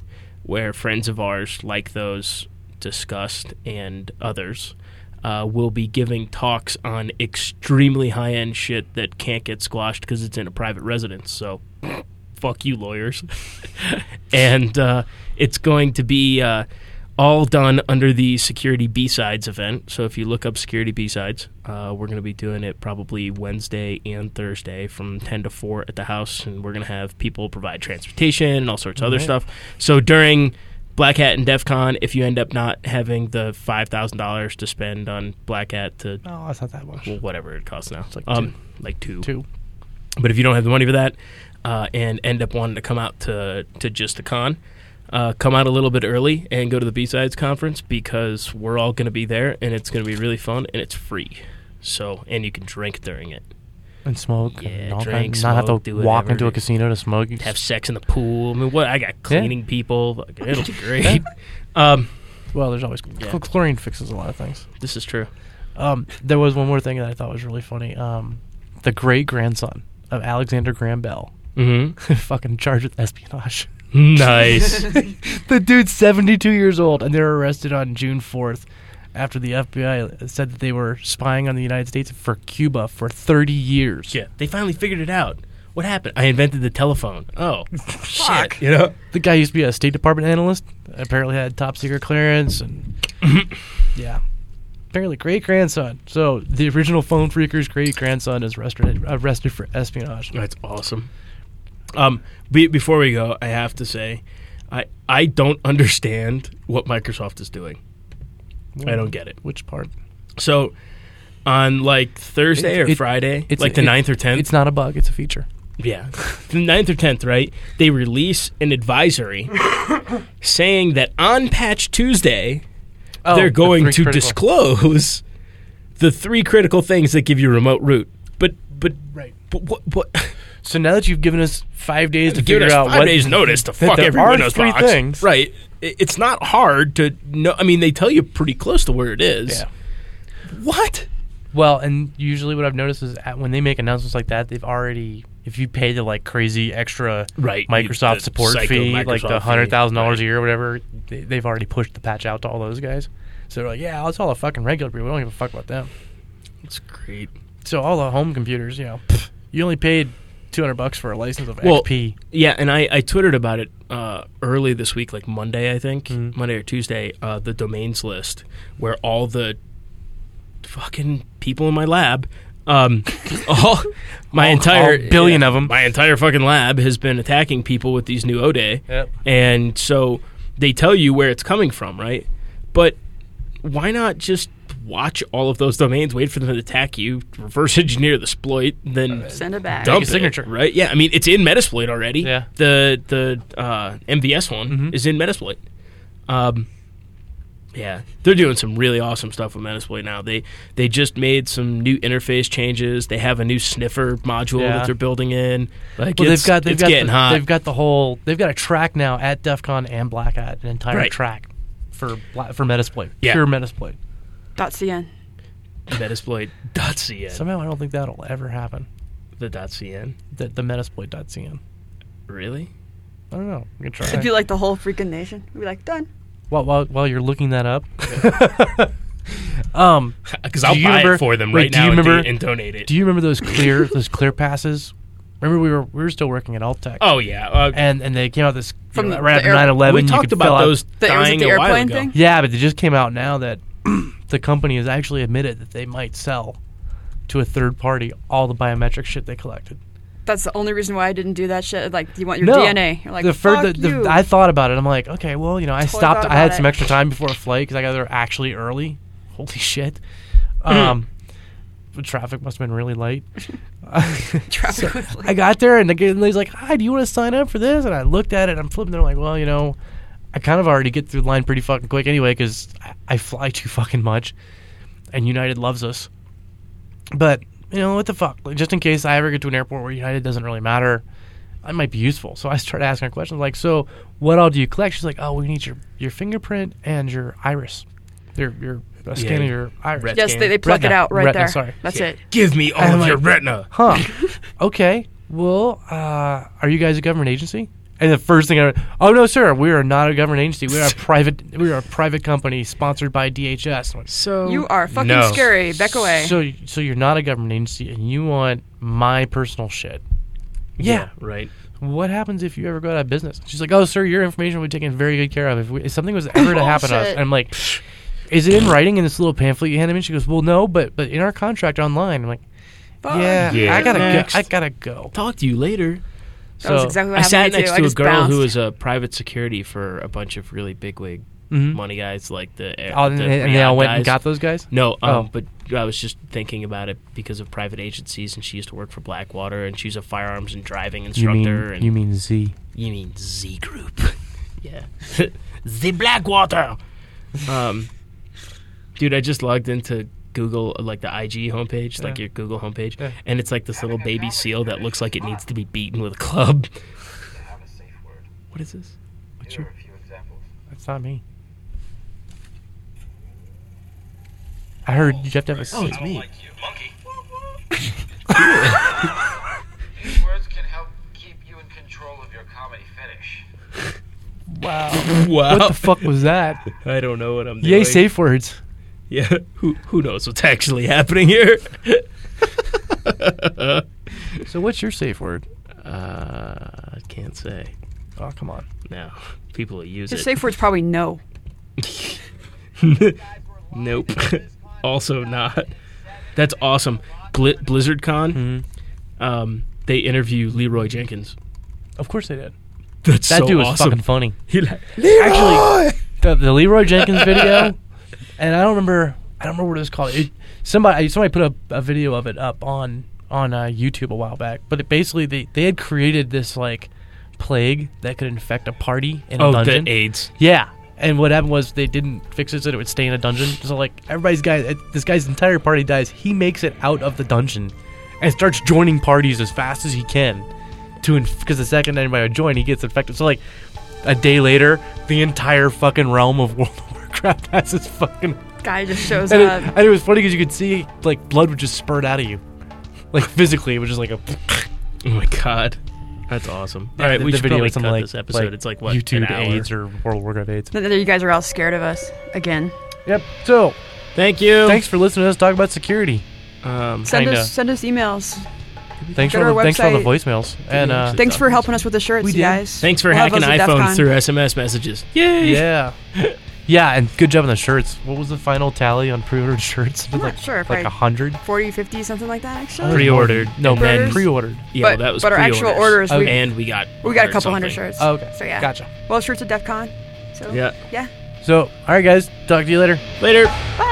Speaker 2: where friends of ours, like those discussed and others, uh, will be giving talks on extremely high end shit that can't get squashed because it's in a private residence. So, fuck you, lawyers. <laughs> and uh, it's going to be uh, all done under the Security B Sides event. So if you look up Security B Sides, uh, we're going to be doing it probably Wednesday and Thursday from 10 to 4 at the house. And we're going to have people provide transportation and all sorts of other
Speaker 4: Right.
Speaker 2: stuff. So during. Black Hat and DEF CON, if you end up not having the $5,000 to spend on Black Hat to
Speaker 4: oh, that's not that much.
Speaker 2: well, whatever it costs now. It's like
Speaker 4: two.
Speaker 2: like two.
Speaker 4: Two.
Speaker 2: But if you don't have the money for that, uh, and end up wanting to come out to to just the con, uh, come out a little bit early and go to the B sides conference because we're all going to be there and it's going to be really fun and it's free. So and you can drink during it,
Speaker 4: and smoke.
Speaker 2: Yeah,
Speaker 4: and all
Speaker 2: drink,
Speaker 4: kinds- not have
Speaker 2: smoke,
Speaker 4: to
Speaker 2: do
Speaker 4: walk
Speaker 2: whatever.
Speaker 4: into a casino to smoke. You
Speaker 2: have
Speaker 4: just-
Speaker 2: sex in the pool. I mean, what I got cleaning people. It'll <laughs> be
Speaker 4: Yeah.
Speaker 2: great. um,
Speaker 4: well, there's always
Speaker 2: Yeah.
Speaker 4: cl- chlorine fixes a lot of things.
Speaker 2: this is true.
Speaker 4: Um, there was one more thing that I thought was really funny. Um, the great grandson of Alexander Graham Bell, <laughs>
Speaker 2: Mhm. <laughs>
Speaker 4: fucking charged with espionage.
Speaker 2: Nice.
Speaker 4: the dude's 72 years old, and they were arrested on June 4th after the FBI said that they were spying on the United States for Cuba for 30 years.
Speaker 2: Yeah, they finally figured it out. What happened? I invented the telephone. Oh, shit. You know.
Speaker 4: The guy used to be a State Department analyst. Apparently had top secret
Speaker 2: <coughs>
Speaker 4: clearance, and yeah, apparently great grandson. So the original phone freaker's great grandson is arrested arrested for espionage.
Speaker 2: That's awesome. Um, be, before we go, I have to say, I I don't understand what Microsoft is doing. I don't get it.
Speaker 4: Which part?
Speaker 2: So, on like Thursday or
Speaker 4: It- it-
Speaker 2: Friday,
Speaker 4: it's-
Speaker 2: like the
Speaker 4: it-
Speaker 2: 9th or tenth.
Speaker 4: It's not a bug; it's a feature.
Speaker 2: Yeah. The 9th or 10th, right? They release an advisory saying that on Patch Tuesday,
Speaker 4: Oh,
Speaker 2: they're
Speaker 4: the
Speaker 2: going
Speaker 4: three
Speaker 2: to
Speaker 4: critical.
Speaker 2: disclose the three critical things that give you remote root. But, but,
Speaker 4: Right.
Speaker 2: but what, what?
Speaker 4: So now that you've given us five days to
Speaker 2: Give
Speaker 4: figure
Speaker 2: us
Speaker 4: out
Speaker 2: five
Speaker 4: what
Speaker 2: days notice to
Speaker 4: <laughs> that
Speaker 2: fuck
Speaker 4: there
Speaker 2: every
Speaker 4: are
Speaker 2: Windows
Speaker 4: three
Speaker 2: box.
Speaker 4: things,
Speaker 2: Right. I- It's not hard to know. I mean, they tell you pretty close to where it is.
Speaker 4: Yeah.
Speaker 2: What?
Speaker 4: Well, and usually what I've noticed is at, when they make announcements like that, they've already if you pay the like crazy extra
Speaker 2: Right,
Speaker 4: Microsoft
Speaker 2: the
Speaker 4: support
Speaker 2: psycho
Speaker 4: fee, like
Speaker 2: Microsoft fee,
Speaker 4: the hundred thousand dollars a year or whatever, they, they've already pushed the patch out to all those guys. So they're like, yeah, it's all a fucking regular people. We don't give a fuck about them.
Speaker 2: It's great.
Speaker 4: So all the home computers, you know, you only paid two hundred bucks for a license of
Speaker 2: Well,
Speaker 4: XP.
Speaker 2: Yeah, and I, I twittered about it uh, early this week, like Monday, I think,
Speaker 4: Mm-hmm.
Speaker 2: Monday or Tuesday. Uh, the domains list where all the fucking people in my lab, um, <laughs> all my
Speaker 4: All-
Speaker 2: entire
Speaker 4: all billion of 'em.
Speaker 2: my entire fucking lab has been attacking people with these new O'Day,
Speaker 4: Yep.
Speaker 2: and so they tell you where it's coming from, right? But why not just watch all of those domains, wait for them to attack you, reverse engineer the exploit, then
Speaker 3: Send it back.
Speaker 2: dump
Speaker 4: Make a signature.
Speaker 2: it, right? Yeah, I mean it's in Metasploit already.
Speaker 4: Yeah. Mm-hmm.
Speaker 2: The the uh, MVS one is in Metasploit. Um, Yeah, they're doing some really awesome stuff with Metasploit now. They they just made some new interface changes. They have a new sniffer module
Speaker 4: Yeah.
Speaker 2: that they're building in. Like
Speaker 4: well,
Speaker 2: it's,
Speaker 4: they've got they've
Speaker 2: it's
Speaker 4: got
Speaker 2: getting
Speaker 4: the,
Speaker 2: hot.
Speaker 4: They've got the whole they've got a track now at DEF CON and Black Hat, an entire
Speaker 2: Right.
Speaker 4: track for Bla- for Metasploit,
Speaker 2: Yeah.
Speaker 4: pure Metasploit.
Speaker 3: Dot CN.
Speaker 2: Metasploit.cn.
Speaker 4: Somehow I don't think that'll ever happen.
Speaker 2: The .cn.
Speaker 4: The, the Metasploit.cn.
Speaker 2: Really?
Speaker 4: I don't know. I'm gonna try.
Speaker 3: It'd be like the whole freaking nation. We'd be like, done.
Speaker 4: while, while while you're looking that up. <laughs> um,
Speaker 2: 'Cause
Speaker 4: do
Speaker 2: I'll
Speaker 4: you
Speaker 2: buy it
Speaker 4: remember-
Speaker 2: for them
Speaker 4: wait,
Speaker 2: right
Speaker 4: do
Speaker 2: now
Speaker 4: you
Speaker 2: and do-
Speaker 4: remember-
Speaker 2: and donate it.
Speaker 4: Do you remember those clear those clear passes? Remember we were we were still working at Altec.
Speaker 2: Oh, yeah, uh,
Speaker 4: and and they came out this
Speaker 2: From
Speaker 4: from
Speaker 2: the-
Speaker 4: right
Speaker 2: the
Speaker 4: after
Speaker 2: air-
Speaker 4: 9/11.
Speaker 2: we
Speaker 4: you
Speaker 2: talked
Speaker 4: could
Speaker 2: about
Speaker 4: fill out-
Speaker 2: those The- was it dying the a while airplane ago. thing?
Speaker 4: Yeah, but it just came out now that <clears throat> the company has actually admitted that they might sell to a third party all the biometric shit they collected.
Speaker 3: That's the only reason why I didn't do that shit. Like, do you want your
Speaker 4: No.
Speaker 3: DNA? You're like,
Speaker 4: the fir-
Speaker 3: fuck
Speaker 4: the- the-
Speaker 3: you. <laughs>
Speaker 4: I thought about it. I'm like, okay, well, you know, I
Speaker 3: Totally
Speaker 4: stopped.
Speaker 3: thought
Speaker 4: I had
Speaker 3: about
Speaker 4: some
Speaker 3: it.
Speaker 4: extra time before a flight because I got there actually early.
Speaker 3: <clears throat>
Speaker 4: Holy shit! Um, the traffic must have been
Speaker 3: <laughs>
Speaker 4: really light. <laughs> traffic
Speaker 3: was light.
Speaker 4: I got there and the guy- and he's like, "Hi, do you want to sign up for this?" And I looked at it. and I'm flipping. They're like, "Well, you know, I kind of already get through the line pretty fucking quick anyway because I, I fly too fucking much, and United loves us." But you know what the fuck? Like, just in case I ever get to an airport where United doesn't really matter, I might be useful. So I started asking her questions like, "So, what all do you collect?" She's like, "Oh, we need your your fingerprint and your iris, your your
Speaker 2: Yeah,
Speaker 4: uh, scan of
Speaker 2: your
Speaker 4: your iris."
Speaker 2: ret Yes, scan. they- they
Speaker 3: pluck it
Speaker 4: Retina.
Speaker 3: out right
Speaker 4: Retina,
Speaker 3: there.
Speaker 4: Sorry,
Speaker 3: That's Yeah. it.
Speaker 2: Give me all
Speaker 4: And I'm
Speaker 2: of your retina.
Speaker 4: Huh? <laughs> okay. Well, uh, are you guys a government agency? And the first thing I, oh no, sir, we are not a government agency. We are <laughs> a private, we are a private company sponsored by DHS. I'm like,
Speaker 3: So you are fucking scary. Back away.
Speaker 4: so, so you're not a government agency, and you want my personal shit. Yeah.
Speaker 2: right.
Speaker 4: What happens if you ever go out of business? She's like, "Oh, sir, your information will be taken very good care of if, we, if something was <laughs> ever to happen to us."
Speaker 2: Bullshit.
Speaker 4: And I'm like, "Is it in writing in this little pamphlet you handed me?" She goes, "Well, no, but but in our contract online." I'm like,
Speaker 2: Fuck
Speaker 4: "Yeah,
Speaker 2: yeah.
Speaker 4: I gotta
Speaker 2: Next.
Speaker 4: go. I gotta go."
Speaker 2: Talk to you later.
Speaker 4: That was So- exactly what
Speaker 2: I
Speaker 4: happened
Speaker 2: sat
Speaker 4: to me,
Speaker 2: next
Speaker 4: too. I
Speaker 2: to a
Speaker 4: just
Speaker 2: girl who
Speaker 4: bounced.
Speaker 2: was a private security for a bunch of really bigwig
Speaker 4: Mhm.
Speaker 2: money guys, like the. air-
Speaker 4: Oh, and
Speaker 2: the
Speaker 4: they- and they all
Speaker 2: Rihanna
Speaker 4: went and got those guys?
Speaker 2: No, um,
Speaker 4: Oh.
Speaker 2: but I was just thinking about it because of private agencies, and she used to work for Blackwater, and she's a firearms and driving instructor. and
Speaker 4: mean Z?
Speaker 2: You mean Z Group? <laughs> yeah, the Blackwater. Um, dude, I just logged into Google, like the IG homepage, like
Speaker 4: Yeah.
Speaker 2: your Google homepage,
Speaker 4: Yeah.
Speaker 2: and it's like this little baby seal that looks like it needs to be beaten with a club. What is this?
Speaker 4: What's your? That's not me. I heard you have to have a.
Speaker 2: Oh, it's me.
Speaker 15: These words can help keep you in control of your comedy fetish.
Speaker 4: Wow.
Speaker 2: <laughs> Wow.
Speaker 4: What the fuck
Speaker 2: <laughs>
Speaker 4: was that?
Speaker 2: I don't know what I'm doing.
Speaker 4: Yay, safe words.
Speaker 2: Yeah, who who knows what's actually happening here? <laughs>
Speaker 4: so what's your safe word?
Speaker 2: Uh, I can't say.
Speaker 4: Oh, come on.
Speaker 2: No, people will use
Speaker 3: His
Speaker 2: it.
Speaker 3: safe word's probably no.
Speaker 2: <laughs> Nope. also not. That's awesome. Bli- Blizzard Con.
Speaker 4: Mm-hmm.
Speaker 2: Um, they interview Leroy Jenkins.
Speaker 4: Of course they did.
Speaker 2: That's
Speaker 4: that
Speaker 2: so
Speaker 4: dude was
Speaker 2: awesome.
Speaker 4: fucking funny.
Speaker 2: He like,
Speaker 4: Actually, the, the
Speaker 2: <laughs>
Speaker 4: Leroy Jenkins video, and I don't remember. I don't remember what it was called. It, somebody somebody put up a video of it up on on uh, YouTube a while back. But it basically, they they had created this like plague that could infect a party in
Speaker 2: Oh,
Speaker 4: a
Speaker 2: the
Speaker 4: dungeon.
Speaker 2: AIDS.
Speaker 4: Yeah. And what happened was they didn't fix it so that it would stay in a dungeon. So like everybody's guy, uh, this guy's entire party dies. He makes it out of the dungeon and starts joining parties as fast as he can. To because the second anybody would join, he gets infected. So like a day later, the entire fucking realm of <laughs> World of Warcraft has his fucking
Speaker 3: Guy just shows
Speaker 4: and
Speaker 3: up.
Speaker 4: It, and it was funny because you could see like blood would just spurt out of you, like physically, it was
Speaker 2: <laughs>
Speaker 4: just like a.
Speaker 2: Oh my god, that's awesome.
Speaker 4: Yeah,
Speaker 2: All right,
Speaker 4: the-
Speaker 2: we
Speaker 4: the
Speaker 2: should
Speaker 4: video
Speaker 2: probably
Speaker 4: is something
Speaker 2: cut
Speaker 4: like-
Speaker 2: this episode.
Speaker 4: like
Speaker 2: it's like what
Speaker 4: YouTube
Speaker 2: an hour?
Speaker 4: AIDS or World of Warcraft AIDS.
Speaker 3: But then you guys are all scared of us again.
Speaker 4: Yep. So,
Speaker 2: thank you.
Speaker 4: Thanks for listening to us talk about security.
Speaker 2: Um,
Speaker 3: Send us send us emails.
Speaker 4: Thanks
Speaker 3: Go
Speaker 4: for
Speaker 3: to our
Speaker 4: the- thanks for all the
Speaker 3: website.
Speaker 4: voicemails. And, uh,
Speaker 3: thanks for helping us with the shirts, you guys.
Speaker 2: Thanks for
Speaker 3: We'll have
Speaker 2: hacking
Speaker 3: those at DEF
Speaker 2: iPhones
Speaker 3: CON.
Speaker 2: through SMS messages. Yay!
Speaker 4: Yeah. <laughs> yeah, and good job on the shirts. What was the final tally on pre-ordered shirts?
Speaker 3: I'm
Speaker 4: like
Speaker 3: not sure.
Speaker 4: like
Speaker 3: probably
Speaker 4: a hundred.
Speaker 3: 40, 50, something like that. Actually,
Speaker 2: Pre-ordered.
Speaker 4: No,
Speaker 2: and then-
Speaker 4: man, pre-ordered.
Speaker 2: Yeah, well,
Speaker 3: But-
Speaker 2: that was
Speaker 3: but our actual
Speaker 2: pre-orders.
Speaker 3: orders, we-
Speaker 2: and we got
Speaker 3: we got a couple hundred
Speaker 2: something.
Speaker 3: shirts.
Speaker 4: Oh, okay.
Speaker 3: So yeah,
Speaker 4: Gotcha.
Speaker 3: Well, shirts at DEF CON. So
Speaker 2: Yeah.
Speaker 3: yeah.
Speaker 4: So, all right, guys, talk to you later.
Speaker 2: Later.
Speaker 3: Bye.